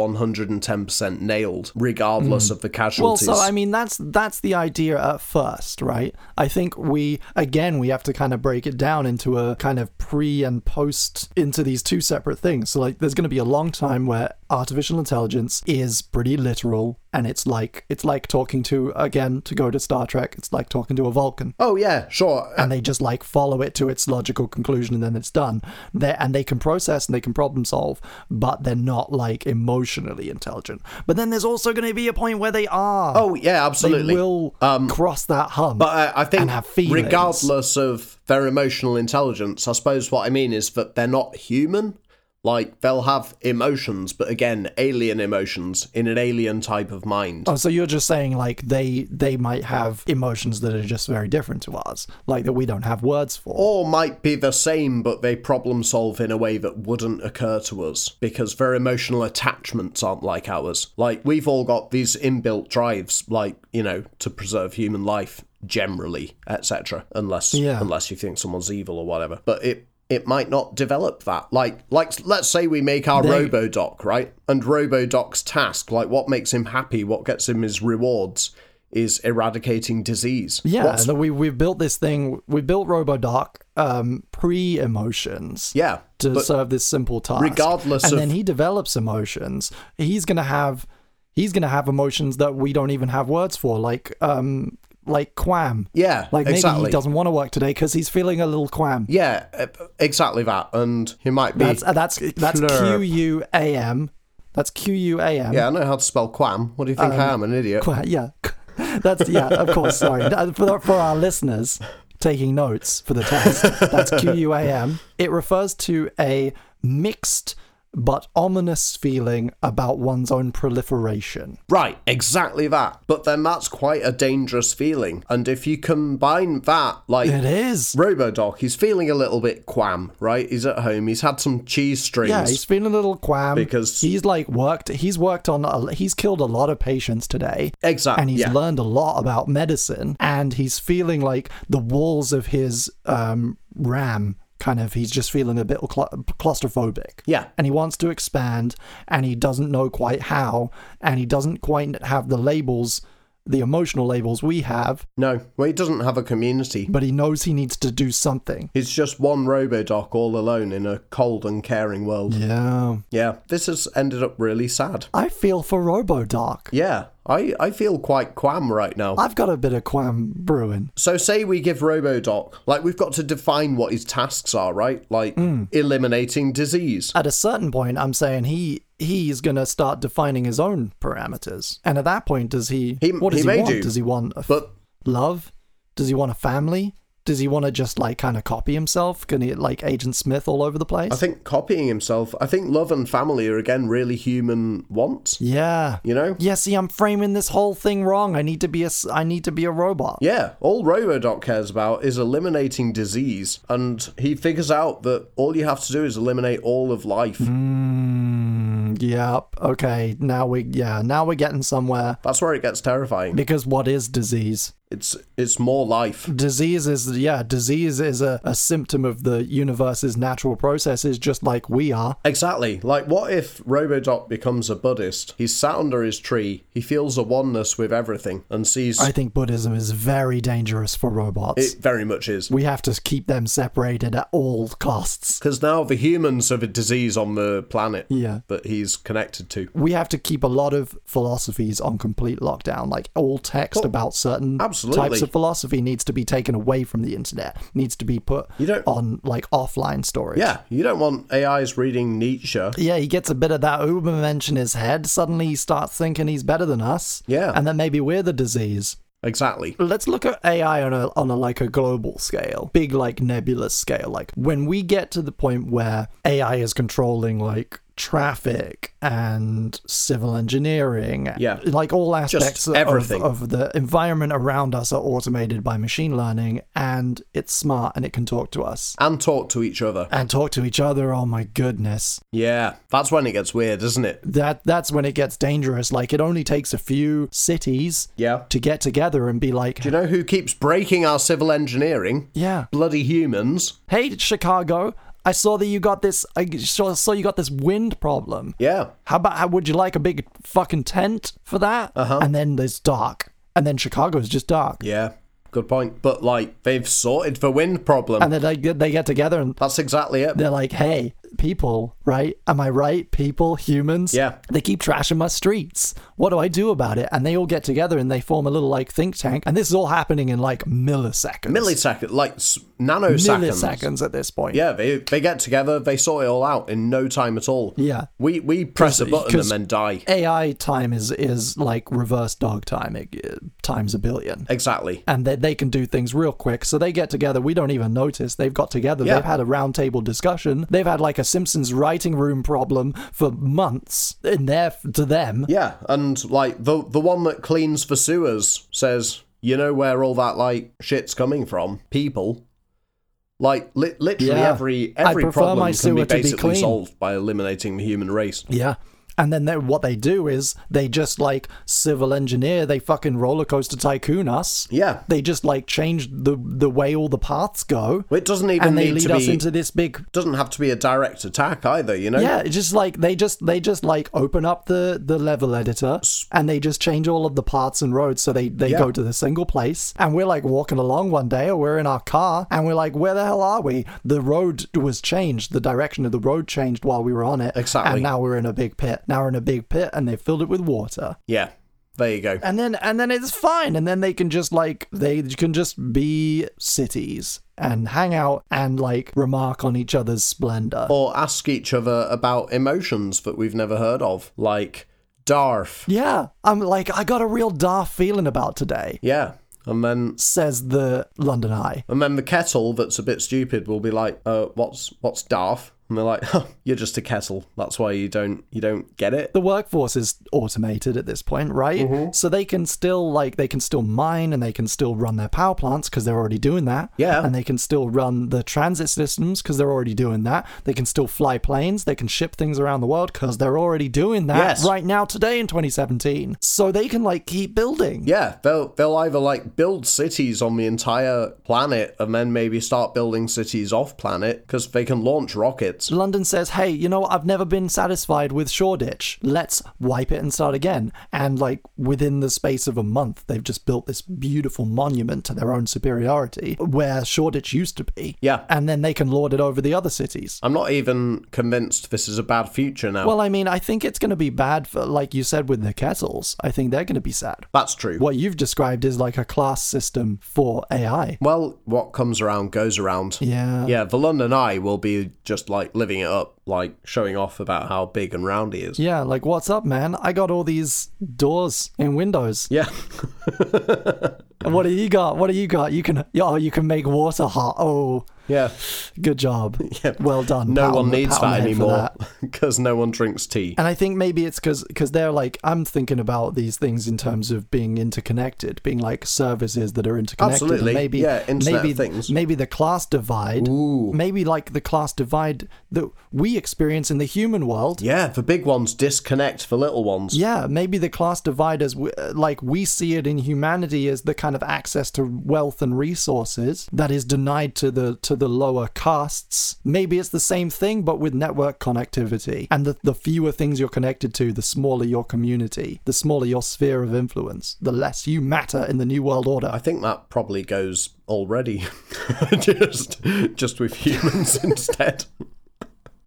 Speaker 3: 110% nailed, regardless of the
Speaker 2: Hmm. Well,
Speaker 3: casualties.
Speaker 2: so I mean that's that's the idea at first, right? I think we again we have to kind of break it down into a kind of pre and post into these two separate things. So like there's going to be a long time where artificial intelligence is pretty literal and it's like it's like talking to again to go to Star Trek, it's like talking to a Vulcan.
Speaker 3: oh, yeah, sure.
Speaker 2: And they just like follow it to its logical conclusion and then it's done. They and they can process and they can problem solve, but they're not like emotionally intelligent. But then there's also going to be a point where they are
Speaker 3: Oh, yeah, absolutely. Um,
Speaker 2: they will cross that hump.
Speaker 3: But uh, I, I think,
Speaker 2: and have feelings.
Speaker 3: regardless of their emotional intelligence, I suppose what I mean is that they're not human. Like, they'll have emotions, but again, alien emotions in an alien type of mind.
Speaker 2: oh, so you're just saying like they they might have emotions that are just very different to ours, like that we don't have words for.
Speaker 3: Or might be the same, but they problem solve in a way that wouldn't occur to us because their emotional attachments aren't like ours. Like, we've all got these inbuilt drives, like, you know, to preserve human life generally, etc. Unless,
Speaker 2: Yeah.
Speaker 3: unless you think someone's evil or whatever. But it, it might not develop that. Like, like let's say we make our RoboDoc, right? And RoboDoc's task, like what makes him happy, what gets him his rewards, is eradicating disease.
Speaker 2: yeah,
Speaker 3: What's-
Speaker 2: that we we built this thing. We built RoboDoc um, pre emotions.
Speaker 3: yeah.
Speaker 2: to
Speaker 3: but-
Speaker 2: serve this simple task.
Speaker 3: regardless
Speaker 2: and
Speaker 3: of-
Speaker 2: then he develops emotions. He's gonna have he's gonna have emotions that we don't even have words for, like um like quam.
Speaker 3: Yeah,
Speaker 2: like maybe he
Speaker 3: exactly.
Speaker 2: doesn't want to work today because he's feeling a little quam.
Speaker 3: Yeah, e- exactly that. And he might be.
Speaker 2: That's uh, that's that's Q
Speaker 3: Flurp.
Speaker 2: U A M. That's Q U A M.
Speaker 3: yeah, I know how to spell quam. What do you think
Speaker 2: Um,
Speaker 3: I am, an idiot?
Speaker 2: Qua- yeah. That's yeah. Of course. Sorry Uh, for the- for our listeners taking notes for the test. That's Q U A M. It refers to a mixed but ominous feeling about one's own proliferation.
Speaker 3: Right, exactly that. But then that's quite a dangerous feeling. And if you combine that, like.
Speaker 2: It is.
Speaker 3: Robodoc, he's feeling a little bit quam, right? He's at home. He's had some cheese strings.
Speaker 2: Yeah, he's feeling a little quam
Speaker 3: Because-
Speaker 2: he's like worked. He's worked on. A, he's killed a lot of patients today.
Speaker 3: Exact-
Speaker 2: And he's
Speaker 3: yeah.
Speaker 2: learned a lot about medicine, and he's feeling like the walls of his um, ram. Kind of, he's just feeling a bit cla- claustrophobic.
Speaker 3: Yeah.
Speaker 2: and he wants to expand, and he doesn't know quite how, and he doesn't quite have the labels, the emotional labels we have,
Speaker 3: no, well, he doesn't have a community.
Speaker 2: but he knows he needs to do something.
Speaker 3: He's just one Robodoc all alone in a cold, uncaring world. Yeah,
Speaker 2: Yeah,
Speaker 3: this has ended up really sad.
Speaker 2: I feel for RoboDoc.
Speaker 3: Yeah, I, I feel quite quam right now.
Speaker 2: I've got a bit of quam brewing.
Speaker 3: So say we give RoboDoc, like we've got to define what his tasks are, right? Like eliminating disease.
Speaker 2: at a certain point i'm saying he he's going to start defining his own parameters and at that point does he,
Speaker 3: He-
Speaker 2: what does
Speaker 3: he
Speaker 2: he,
Speaker 3: may
Speaker 2: want
Speaker 3: do,
Speaker 2: does he want a f-
Speaker 3: but-
Speaker 2: love does he want a family does he want to just like kind of copy himself can he like agent smith all over the place
Speaker 3: I think copying himself, I think love and family are again really human wants,
Speaker 2: yeah
Speaker 3: you know?
Speaker 2: yeah see i'm framing this whole thing wrong i need to be a s- i need to be a robot
Speaker 3: Yeah, all RoboDoc cares about is eliminating disease and he figures out that all you have to do is eliminate all of life.
Speaker 2: yep okay now we yeah now we're getting somewhere
Speaker 3: That's where it gets terrifying.
Speaker 2: because what is disease
Speaker 3: It's it's more life.
Speaker 2: disease is yeah disease is a, a symptom of the universe's natural processes just like we are
Speaker 3: Exactly. Like, what if Robodoc becomes a Buddhist? He's sat under his tree, he feels a oneness with everything, and sees
Speaker 2: I think Buddhism is very dangerous for robots.
Speaker 3: It very much is.
Speaker 2: we have to keep them separated at all costs.
Speaker 3: Because now the humans have a disease on the planet
Speaker 2: Yeah.
Speaker 3: that he's connected to.
Speaker 2: We have to keep a lot of philosophies on complete lockdown. Like all text about certain
Speaker 3: Oh, absolutely.
Speaker 2: types of philosophy needs to be taken away from the internet. Needs to be put
Speaker 3: You don't-
Speaker 2: on like offline storage.
Speaker 3: Yeah, you don't want AIs reading Nietzsche.
Speaker 2: Yeah, he gets a bit of that Ubermensch in his head. Suddenly he starts thinking he's better than us.
Speaker 3: Yeah.
Speaker 2: And then maybe we're the disease.
Speaker 3: Exactly.
Speaker 2: let's look at AI on a on a like a global scale, big like nebulous scale. Like when we get to the point where AI is controlling like traffic and civil engineering,
Speaker 3: Yeah.
Speaker 2: like all aspects of,
Speaker 3: everything.
Speaker 2: of the environment around us are automated by machine learning, and it's smart and it can talk to us
Speaker 3: And talk to each other.
Speaker 2: and talk to each other. Oh my goodness,
Speaker 3: Yeah, that's when it gets weird, isn't it?
Speaker 2: that that's when it gets dangerous. Like it only takes a few cities
Speaker 3: Yeah.
Speaker 2: to get together and be like,
Speaker 3: Do you know who keeps breaking our civil engineering?
Speaker 2: yeah.
Speaker 3: Bloody humans.
Speaker 2: Hey, Chicago, I saw that you got this. I saw, saw you got this wind problem.
Speaker 3: Yeah.
Speaker 2: How about how would you like a big fucking tent for that? Uh-huh. And then there's dark, and then Chicago is just dark.
Speaker 3: Yeah. Good point. But like they've sorted the wind problem.
Speaker 2: And then they get- they get together and
Speaker 3: That's exactly it.
Speaker 2: they're like, "Hey, people, right? Am I right? People, humans.
Speaker 3: Yeah.
Speaker 2: They keep trashing my streets. What do I do about it?" And they all get together and they form a little like think tank. And this is all happening in like milliseconds.
Speaker 3: Millisecond, like s- nanoseconds.
Speaker 2: milliseconds at this point.
Speaker 3: Yeah, they they get together, they sort it all out in no time at all.
Speaker 2: Yeah.
Speaker 3: We we press a button
Speaker 2: 'cause-
Speaker 3: and then die.
Speaker 2: AI time is is like reverse dog time. It, it times a billion.
Speaker 3: Exactly.
Speaker 2: and they, they can do things real quick. So they get together. We don't even notice. They've got together.
Speaker 3: Yeah.
Speaker 2: They've had a roundtable discussion. They've had like a Simpsons writing room problem for months in there to them.
Speaker 3: Yeah, and like the the one that cleans the sewers says, "You know where all that like shit's coming from? People." Like li- literally
Speaker 2: Yeah.
Speaker 3: every
Speaker 2: I
Speaker 3: every
Speaker 2: prefer my
Speaker 3: problem can be
Speaker 2: sewer to be
Speaker 3: basically
Speaker 2: clean.
Speaker 3: solved by eliminating the human race.
Speaker 2: Yeah. And then they, what they do is they just like civil engineer, they fucking roller coaster tycoon us.
Speaker 3: Yeah.
Speaker 2: They just like change the the way all the paths go.
Speaker 3: It doesn't even
Speaker 2: and they
Speaker 3: need
Speaker 2: lead
Speaker 3: to
Speaker 2: us
Speaker 3: be
Speaker 2: into this big
Speaker 3: doesn't have to be a direct attack either, you know?
Speaker 2: Yeah, it's just like they just they just like open up the the level editor and they just change all of the paths and roads so they they
Speaker 3: Yeah.
Speaker 2: go to the single place and we're like walking along one day or we're in our car and we're like where the hell are we? The road was changed, the direction of the road changed while we were on it.
Speaker 3: Exactly.
Speaker 2: And now we're in a big pit. Now we're in a big pit and they filled it with water.
Speaker 3: Yeah. There you go.
Speaker 2: And then and then it's fine and then they can just like they can just be cities and hang out and like remark on each other's splendor.
Speaker 3: Or ask each other about emotions that we've never heard of, like Darf.
Speaker 2: Yeah, I'm like, I got a real daft feeling about today,
Speaker 3: Yeah. And then
Speaker 2: says the London Eye.
Speaker 3: And then the kettle that's a bit stupid will be like, uh, what's what's Darth? And they're like, huh, you're just a kettle. That's why you don't you don't get it.
Speaker 2: The workforce is automated at this point, right?
Speaker 3: Mm-hmm.
Speaker 2: So they can still like they can still mine and they can still run their power plants because they're already doing that.
Speaker 3: Yeah.
Speaker 2: And they can still run the transit systems because they're already doing that. They can still fly planes, they can ship things around the world because they're already doing that
Speaker 3: Yes.
Speaker 2: right now today in 2017. So they can like keep building.
Speaker 3: Yeah, they'll they'll either like build cities on the entire planet and then maybe start building cities off planet because they can launch rockets.
Speaker 2: London says, "Hey, you know what? I've never been satisfied with Shoreditch. Let's wipe it and start again." And like within the space of a month, they've just built this beautiful monument to their own superiority, where Shoreditch used to be.
Speaker 3: Yeah.
Speaker 2: and then they can lord it over the other cities.
Speaker 3: I'm not even convinced this is a bad future now.
Speaker 2: Well, I mean, I think it's going to be bad for, like you said, with the kettles. I think they're going to be sad.
Speaker 3: That's true.
Speaker 2: What you've described is like a class system for AI.
Speaker 3: Well, what comes around goes around.
Speaker 2: Yeah.
Speaker 3: Yeah, the London Eye will be just like living it up, like showing off about how big and round he is.
Speaker 2: Yeah, like what's up, man? I got all these doors and windows.
Speaker 3: Yeah.
Speaker 2: And what do you got? What do you got? You can oh, you can make water hot. Oh,
Speaker 3: Yeah.
Speaker 2: good job. Well done.
Speaker 3: no
Speaker 2: Pat on
Speaker 3: one
Speaker 2: the-
Speaker 3: needs
Speaker 2: pat on
Speaker 3: that
Speaker 2: the head for
Speaker 3: anymore
Speaker 2: that.
Speaker 3: because no one drinks tea.
Speaker 2: And I think maybe it's because they're like I'm thinking about these things in terms of being interconnected, being like services that are interconnected. and
Speaker 3: Absolutely.
Speaker 2: Maybe
Speaker 3: Yeah, Internet of
Speaker 2: maybe
Speaker 3: Things.
Speaker 2: maybe the class divide. Maybe like the class divide that we experience in the human world.
Speaker 3: Yeah, the big ones disconnect the little ones.
Speaker 2: Yeah, maybe the class divide as we, like we see it in humanity as the kind of access to wealth and resources that is denied to the to the lower castes. Maybe it's the same thing, but with network connectivity. And the, the fewer things you're connected to, the smaller your community, the smaller your sphere of influence, the less you matter in the new world order.
Speaker 3: I think that probably goes already, just just with humans instead.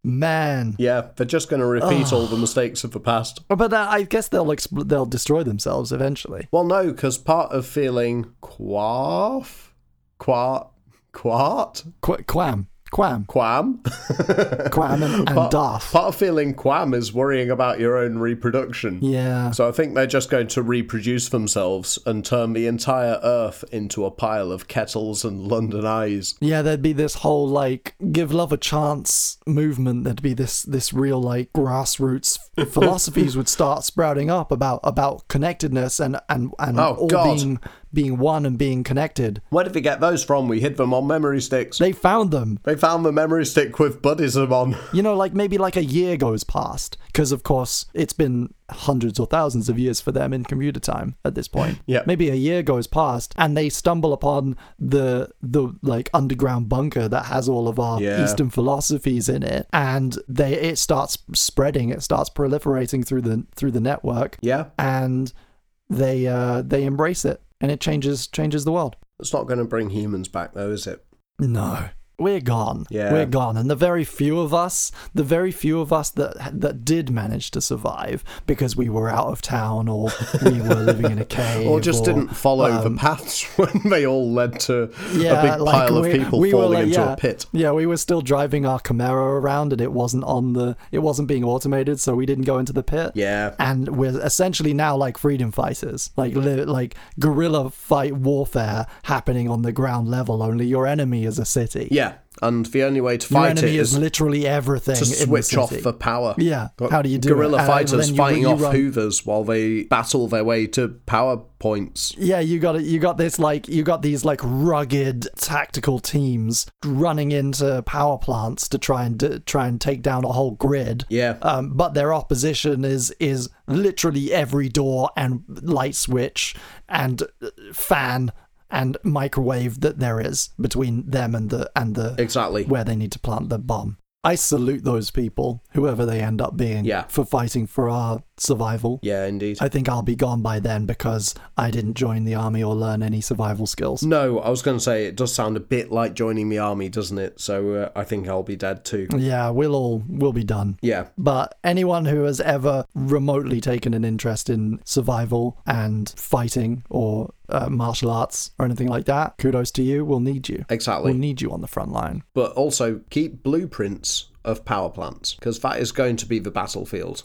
Speaker 2: Man.
Speaker 3: Yeah, they're just going to repeat all the mistakes of the past.
Speaker 2: But uh, I guess they'll expl- they'll destroy themselves eventually.
Speaker 3: Well, no, because part of feeling quaff, quart, quart,
Speaker 2: Qu- quam, quam,
Speaker 3: quam.
Speaker 2: quam, and, and daft.
Speaker 3: Part of feeling quam is worrying about your own reproduction.
Speaker 2: Yeah.
Speaker 3: So I think they're just going to reproduce themselves and turn the entire Earth into a pile of kettles and London eyes.
Speaker 2: Yeah, there'd be this whole like give love a chance movement. There'd be this this real like grassroots philosophies would start sprouting up about about connectedness and and and
Speaker 3: Oh,
Speaker 2: all
Speaker 3: God.
Speaker 2: being being one and being connected.
Speaker 3: Where did we get those from? We hid them on memory sticks.
Speaker 2: They found them.
Speaker 3: They found the memory stick with Buddhism on.
Speaker 2: You know, like maybe like a year goes past because, of course, it's been hundreds or thousands of years for them in computer time at this point.
Speaker 3: Yeah.
Speaker 2: Maybe a year goes past and they stumble upon the the like underground bunker that has all of our
Speaker 3: Yeah.
Speaker 2: Eastern philosophies in it and they it starts spreading, it starts proliferating through the through the network
Speaker 3: Yeah,
Speaker 2: and they uh they embrace it and it changes changes the world.
Speaker 3: it's not going to bring humans back, though, is it?
Speaker 2: No. We're gone.
Speaker 3: Yeah.
Speaker 2: We're gone. And the very few of us, the very few of us that that did manage to survive because we were out of town or we were living in a cave. um,
Speaker 3: Or just didn't follow the paths when they all led to
Speaker 2: yeah,
Speaker 3: a big
Speaker 2: like,
Speaker 3: pile
Speaker 2: we-
Speaker 3: of people
Speaker 2: we were
Speaker 3: falling
Speaker 2: like-
Speaker 3: into
Speaker 2: yeah,
Speaker 3: a pit.
Speaker 2: Yeah, we were still driving our Camaro around and it wasn't on the it wasn't being automated, so we didn't go into the pit.
Speaker 3: Yeah.
Speaker 2: And we're essentially now like freedom fighters, like li- like guerrilla fight warfare happening on the ground level. Only your enemy is a city.
Speaker 3: Yeah, and the only way to
Speaker 2: Your
Speaker 3: fight it
Speaker 2: enemy
Speaker 3: is
Speaker 2: is literally everything.
Speaker 3: to
Speaker 2: in the
Speaker 3: switch off
Speaker 2: city.
Speaker 3: the power.
Speaker 2: Yeah, how do you do it?
Speaker 3: Guerrilla
Speaker 2: And
Speaker 3: fighters
Speaker 2: then you-
Speaker 3: fighting
Speaker 2: you
Speaker 3: off
Speaker 2: run-
Speaker 3: hoovers while they battle their way to power points.
Speaker 2: Yeah, you got it. You got this like you got these like rugged tactical teams running into power plants to try and d- try and take down a whole grid.
Speaker 3: Yeah.
Speaker 2: Um, but their opposition is is literally every door and light switch and uh, fan and microwave that there is between them and the and the
Speaker 3: Exactly.
Speaker 2: where they need to plant the bomb. I salute those people, whoever they end up being,
Speaker 3: Yeah.
Speaker 2: for fighting for our survival.
Speaker 3: Yeah, indeed.
Speaker 2: I think I'll be gone by then because I didn't join the army or learn any survival skills.
Speaker 3: No, I was going to say it does sound a bit like joining the army, doesn't it? So uh, I think I'll be dead too.
Speaker 2: Yeah, we'll all we'll be done.
Speaker 3: Yeah.
Speaker 2: But anyone who has ever remotely taken an interest in survival and fighting or uh, martial arts or anything like that, kudos to you. We'll need you.
Speaker 3: Exactly.
Speaker 2: We'll need you on the front line.
Speaker 3: But also keep blueprints of power plants because that is going to be the battlefield.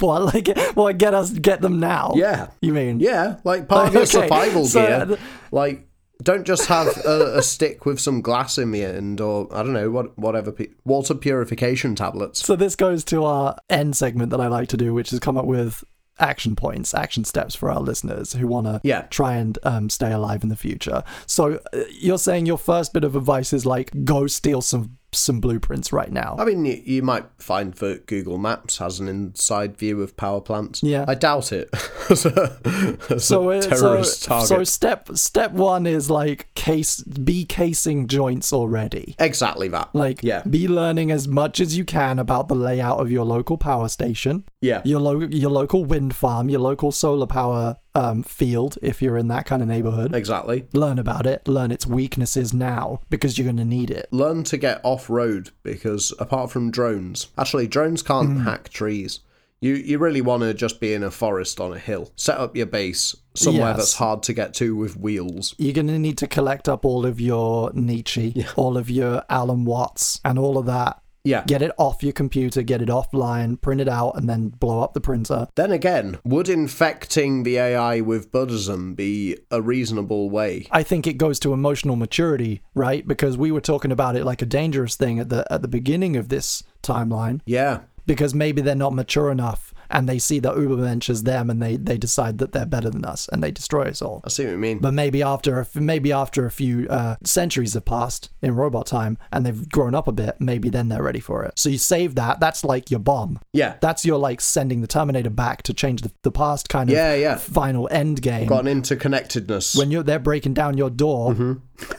Speaker 2: What like? Well, get us get them now.
Speaker 3: Yeah.
Speaker 2: You mean?
Speaker 3: Yeah, like part of your
Speaker 2: Okay,
Speaker 3: survival
Speaker 2: so- uh,
Speaker 3: gear. Like, don't just have a, a stick with some glass in the end, or I don't know, what whatever pe- water purification tablets.
Speaker 2: So this goes to our end segment that I like to do, which is come up with action points, action steps for our listeners who want to
Speaker 3: Yeah.
Speaker 2: try and um, stay alive in the future. So uh, you're saying your first bit of advice is like go steal some some blueprints right now.
Speaker 3: I mean, you, you might find that Google Maps has an inside view of power plants.
Speaker 2: Yeah.
Speaker 3: I doubt it. as a, as
Speaker 2: so
Speaker 3: a
Speaker 2: uh,
Speaker 3: terrorist
Speaker 2: so,
Speaker 3: target.
Speaker 2: so step step one is like case be casing joints already.
Speaker 3: exactly that.
Speaker 2: Like
Speaker 3: yeah,
Speaker 2: be learning as much as you can about the layout of your local power station.
Speaker 3: yeah,
Speaker 2: your lo- your local wind farm, your local solar power um, field, if you're in that kind of neighborhood.
Speaker 3: exactly.
Speaker 2: learn about it. Learn its weaknesses now because you're going to need it.
Speaker 3: learn to get off road because apart from drones, actually drones can't
Speaker 2: Hmm.
Speaker 3: hack trees. You you really want to just be in a forest on a hill. Set up your base somewhere
Speaker 2: Yes.
Speaker 3: that's hard to get to with wheels.
Speaker 2: You're going to need to collect up all of your Nietzsche, all of your Alan Watts, and all of that.
Speaker 3: Yeah.
Speaker 2: Get it off your computer, get it offline, print it out, and then blow up the printer.
Speaker 3: Then again, would infecting the AI with Buddhism be a reasonable way?
Speaker 2: I think it goes to emotional maturity, right? Because we were talking about it like a dangerous thing at the at the beginning of this timeline.
Speaker 3: Yeah.
Speaker 2: because maybe they're not mature enough and they see that Ubermensch is them and they, they decide that they're better than us and they destroy us all.
Speaker 3: I see what you mean.
Speaker 2: But maybe after a f- maybe after a few uh, centuries have passed in robot time and they've grown up a bit, maybe then they're ready for it. So you save that. That's like your bomb.
Speaker 3: yeah.
Speaker 2: That's your like sending the Terminator back to change the, the past kind of
Speaker 3: Yeah, yeah.
Speaker 2: final end game.
Speaker 3: Got an interconnectedness.
Speaker 2: When you're they're breaking down your door
Speaker 3: Mm-hmm.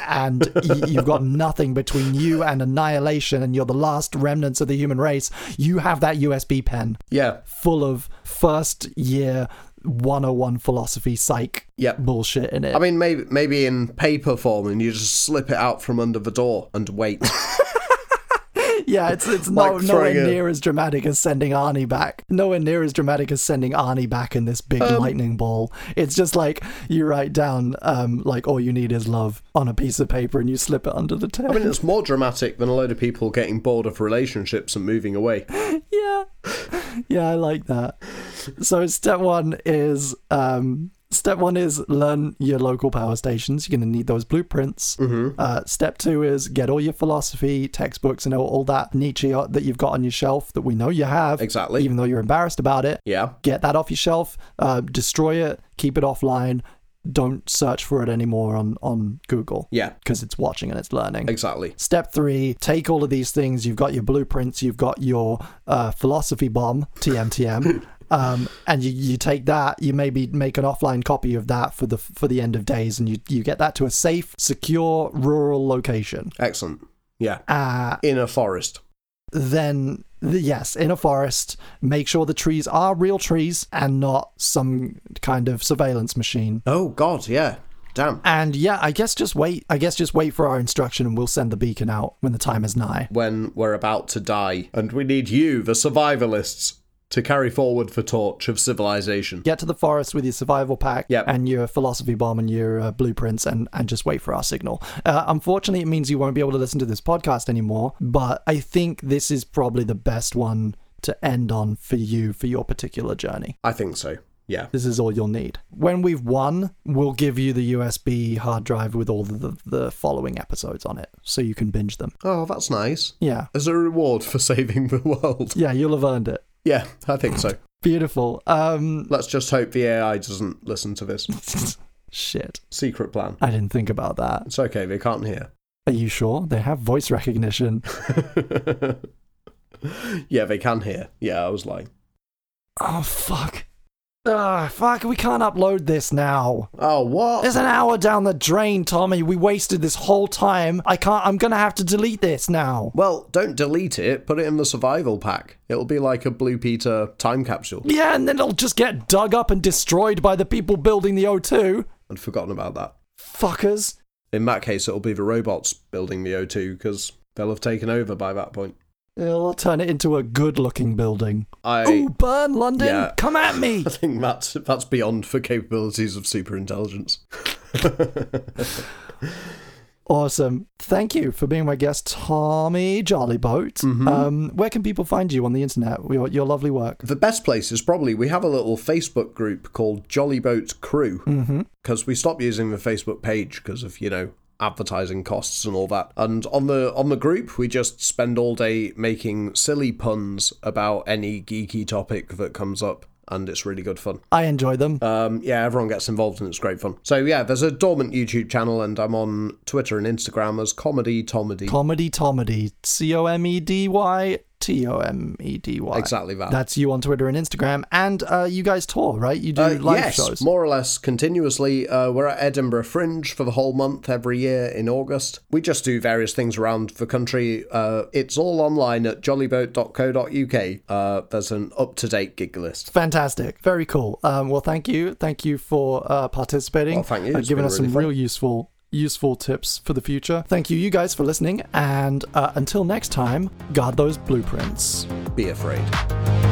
Speaker 2: and y- you've got nothing between you and annihilation and you're the last remnants of the human race, you have that USB pen
Speaker 3: yeah.
Speaker 2: full of first year 101 philosophy psych
Speaker 3: Yep.
Speaker 2: bullshit in it.
Speaker 3: I mean, maybe maybe in paper form, and you just slip it out from under the door and wait.
Speaker 2: yeah, it's it's no,
Speaker 3: like
Speaker 2: nowhere
Speaker 3: throwing a-
Speaker 2: near as dramatic as sending Arnie back. Nowhere near as dramatic as sending Arnie back in this big
Speaker 3: Um,
Speaker 2: lightning ball. It's just like you write down um like all you need is love on a piece of paper and you slip it under the table.
Speaker 3: I mean, it's more dramatic than a load of people getting bored of relationships and moving away.
Speaker 2: yeah yeah i like that so step one is um step one is learn your local power stations you're going to need those blueprints
Speaker 3: Mm-hmm.
Speaker 2: uh, step two is get all your philosophy textbooks and all, all that nietzsche o- that you've got on your shelf that we know you have
Speaker 3: Exactly.
Speaker 2: even though you're embarrassed about it
Speaker 3: Yeah.
Speaker 2: get that off your shelf uh, destroy it keep it offline don't search for it anymore on, on Google.
Speaker 3: Yeah.
Speaker 2: Because it's watching and it's learning.
Speaker 3: Exactly.
Speaker 2: Step three, take all of these things. You've got your blueprints, you've got your uh, philosophy bomb, TMTM. Um, and you, you take that, you maybe make an offline copy of that for the for the end of days, and you, you get that to a safe, secure, rural location.
Speaker 3: Excellent. Yeah.
Speaker 2: Uh,
Speaker 3: In a forest.
Speaker 2: then the, yes, in a forest, make sure the trees are real trees and not some kind of surveillance machine.
Speaker 3: Oh God. Yeah. Damn.
Speaker 2: And yeah, I guess just wait. I guess just wait for our instruction, and we'll send the beacon out when the time is nigh.
Speaker 3: When we're about to die, and we need you, the survivalists, to carry forward the torch of civilization.
Speaker 2: Get to the forest with your survival pack
Speaker 3: Yep.
Speaker 2: and your philosophy bomb and your uh, blueprints, and and just wait for our signal. Uh, unfortunately, it means you won't be able to listen to this podcast anymore. But I think this is probably the best one to end on for you for your particular journey.
Speaker 3: I think so. Yeah.
Speaker 2: this is all you'll need. When we've won, we'll give you the USB hard drive with all the, the following episodes on it, so you can binge them.
Speaker 3: Oh, that's nice.
Speaker 2: Yeah.
Speaker 3: As a reward for saving the world.
Speaker 2: Yeah, you'll have earned it.
Speaker 3: Yeah, I think so.
Speaker 2: Beautiful. Um,
Speaker 3: Let's just hope the AI doesn't listen to this.
Speaker 2: shit.
Speaker 3: Secret plan.
Speaker 2: I didn't think about that.
Speaker 3: It's okay, they can't hear.
Speaker 2: Are you sure? They have voice recognition.
Speaker 3: yeah, they can hear. Yeah, I was lying.
Speaker 2: Oh, fuck. Ugh, fuck, we can't upload this now.
Speaker 3: Oh, what?
Speaker 2: There's an hour down the drain, Tommy. We wasted this whole time. I can't, I'm gonna have to delete this now.
Speaker 3: Well, don't delete it. Put it in the survival pack. It'll be like a Blue Peter time capsule.
Speaker 2: Yeah, and then it'll just get dug up and destroyed by the people building the O2.
Speaker 3: I'd forgotten about that.
Speaker 2: Fuckers.
Speaker 3: In that case, it'll be the robots building the O2 because they'll have taken over by that point.
Speaker 2: It'll turn it into a good looking building.
Speaker 3: I.
Speaker 2: Oh, burn London!
Speaker 3: Yeah.
Speaker 2: Come at me!
Speaker 3: I think that's that's beyond the capabilities of superintelligence.
Speaker 2: awesome. Thank you for being my guest, Tommy Jollyboat. Um, where can people find you on the internet? Your, your lovely work.
Speaker 3: The best place is probably we have a little Facebook group called Jolly Boat Crew because we stopped using the Facebook page because of you know advertising costs and all that. And on the on the group, we just spend all day making silly puns about any geeky topic that comes up, and it's really good fun.
Speaker 2: I enjoy them.
Speaker 3: Um, yeah, everyone gets involved and it's great fun. So yeah, there's a dormant YouTube channel, and I'm on Twitter and Instagram as Comedy Tomedy.
Speaker 2: Comedy Tomedy. C O M E D Y T O M E D Y.
Speaker 3: exactly that.
Speaker 2: That's you on Twitter and Instagram. And uh, you guys tour, right? You do
Speaker 3: Uh,
Speaker 2: live
Speaker 3: yes,
Speaker 2: shows.
Speaker 3: more or less continuously. Uh, we're at Edinburgh Fringe for the whole month every year in August. We just do various things around the country. Uh, it's all online at jollyboat.co.uk. Uh, there's an up to date gig list.
Speaker 2: Fantastic. Very cool. Um, well, thank you. Thank you for uh, participating.
Speaker 3: Well, thank you.
Speaker 2: Uh,
Speaker 3: It's
Speaker 2: giving
Speaker 3: been
Speaker 2: us
Speaker 3: really
Speaker 2: some
Speaker 3: fun.
Speaker 2: real useful useful tips for the future. Thank you, you guys, for listening. And uh, until next time, guard those blueprints.
Speaker 3: Be afraid.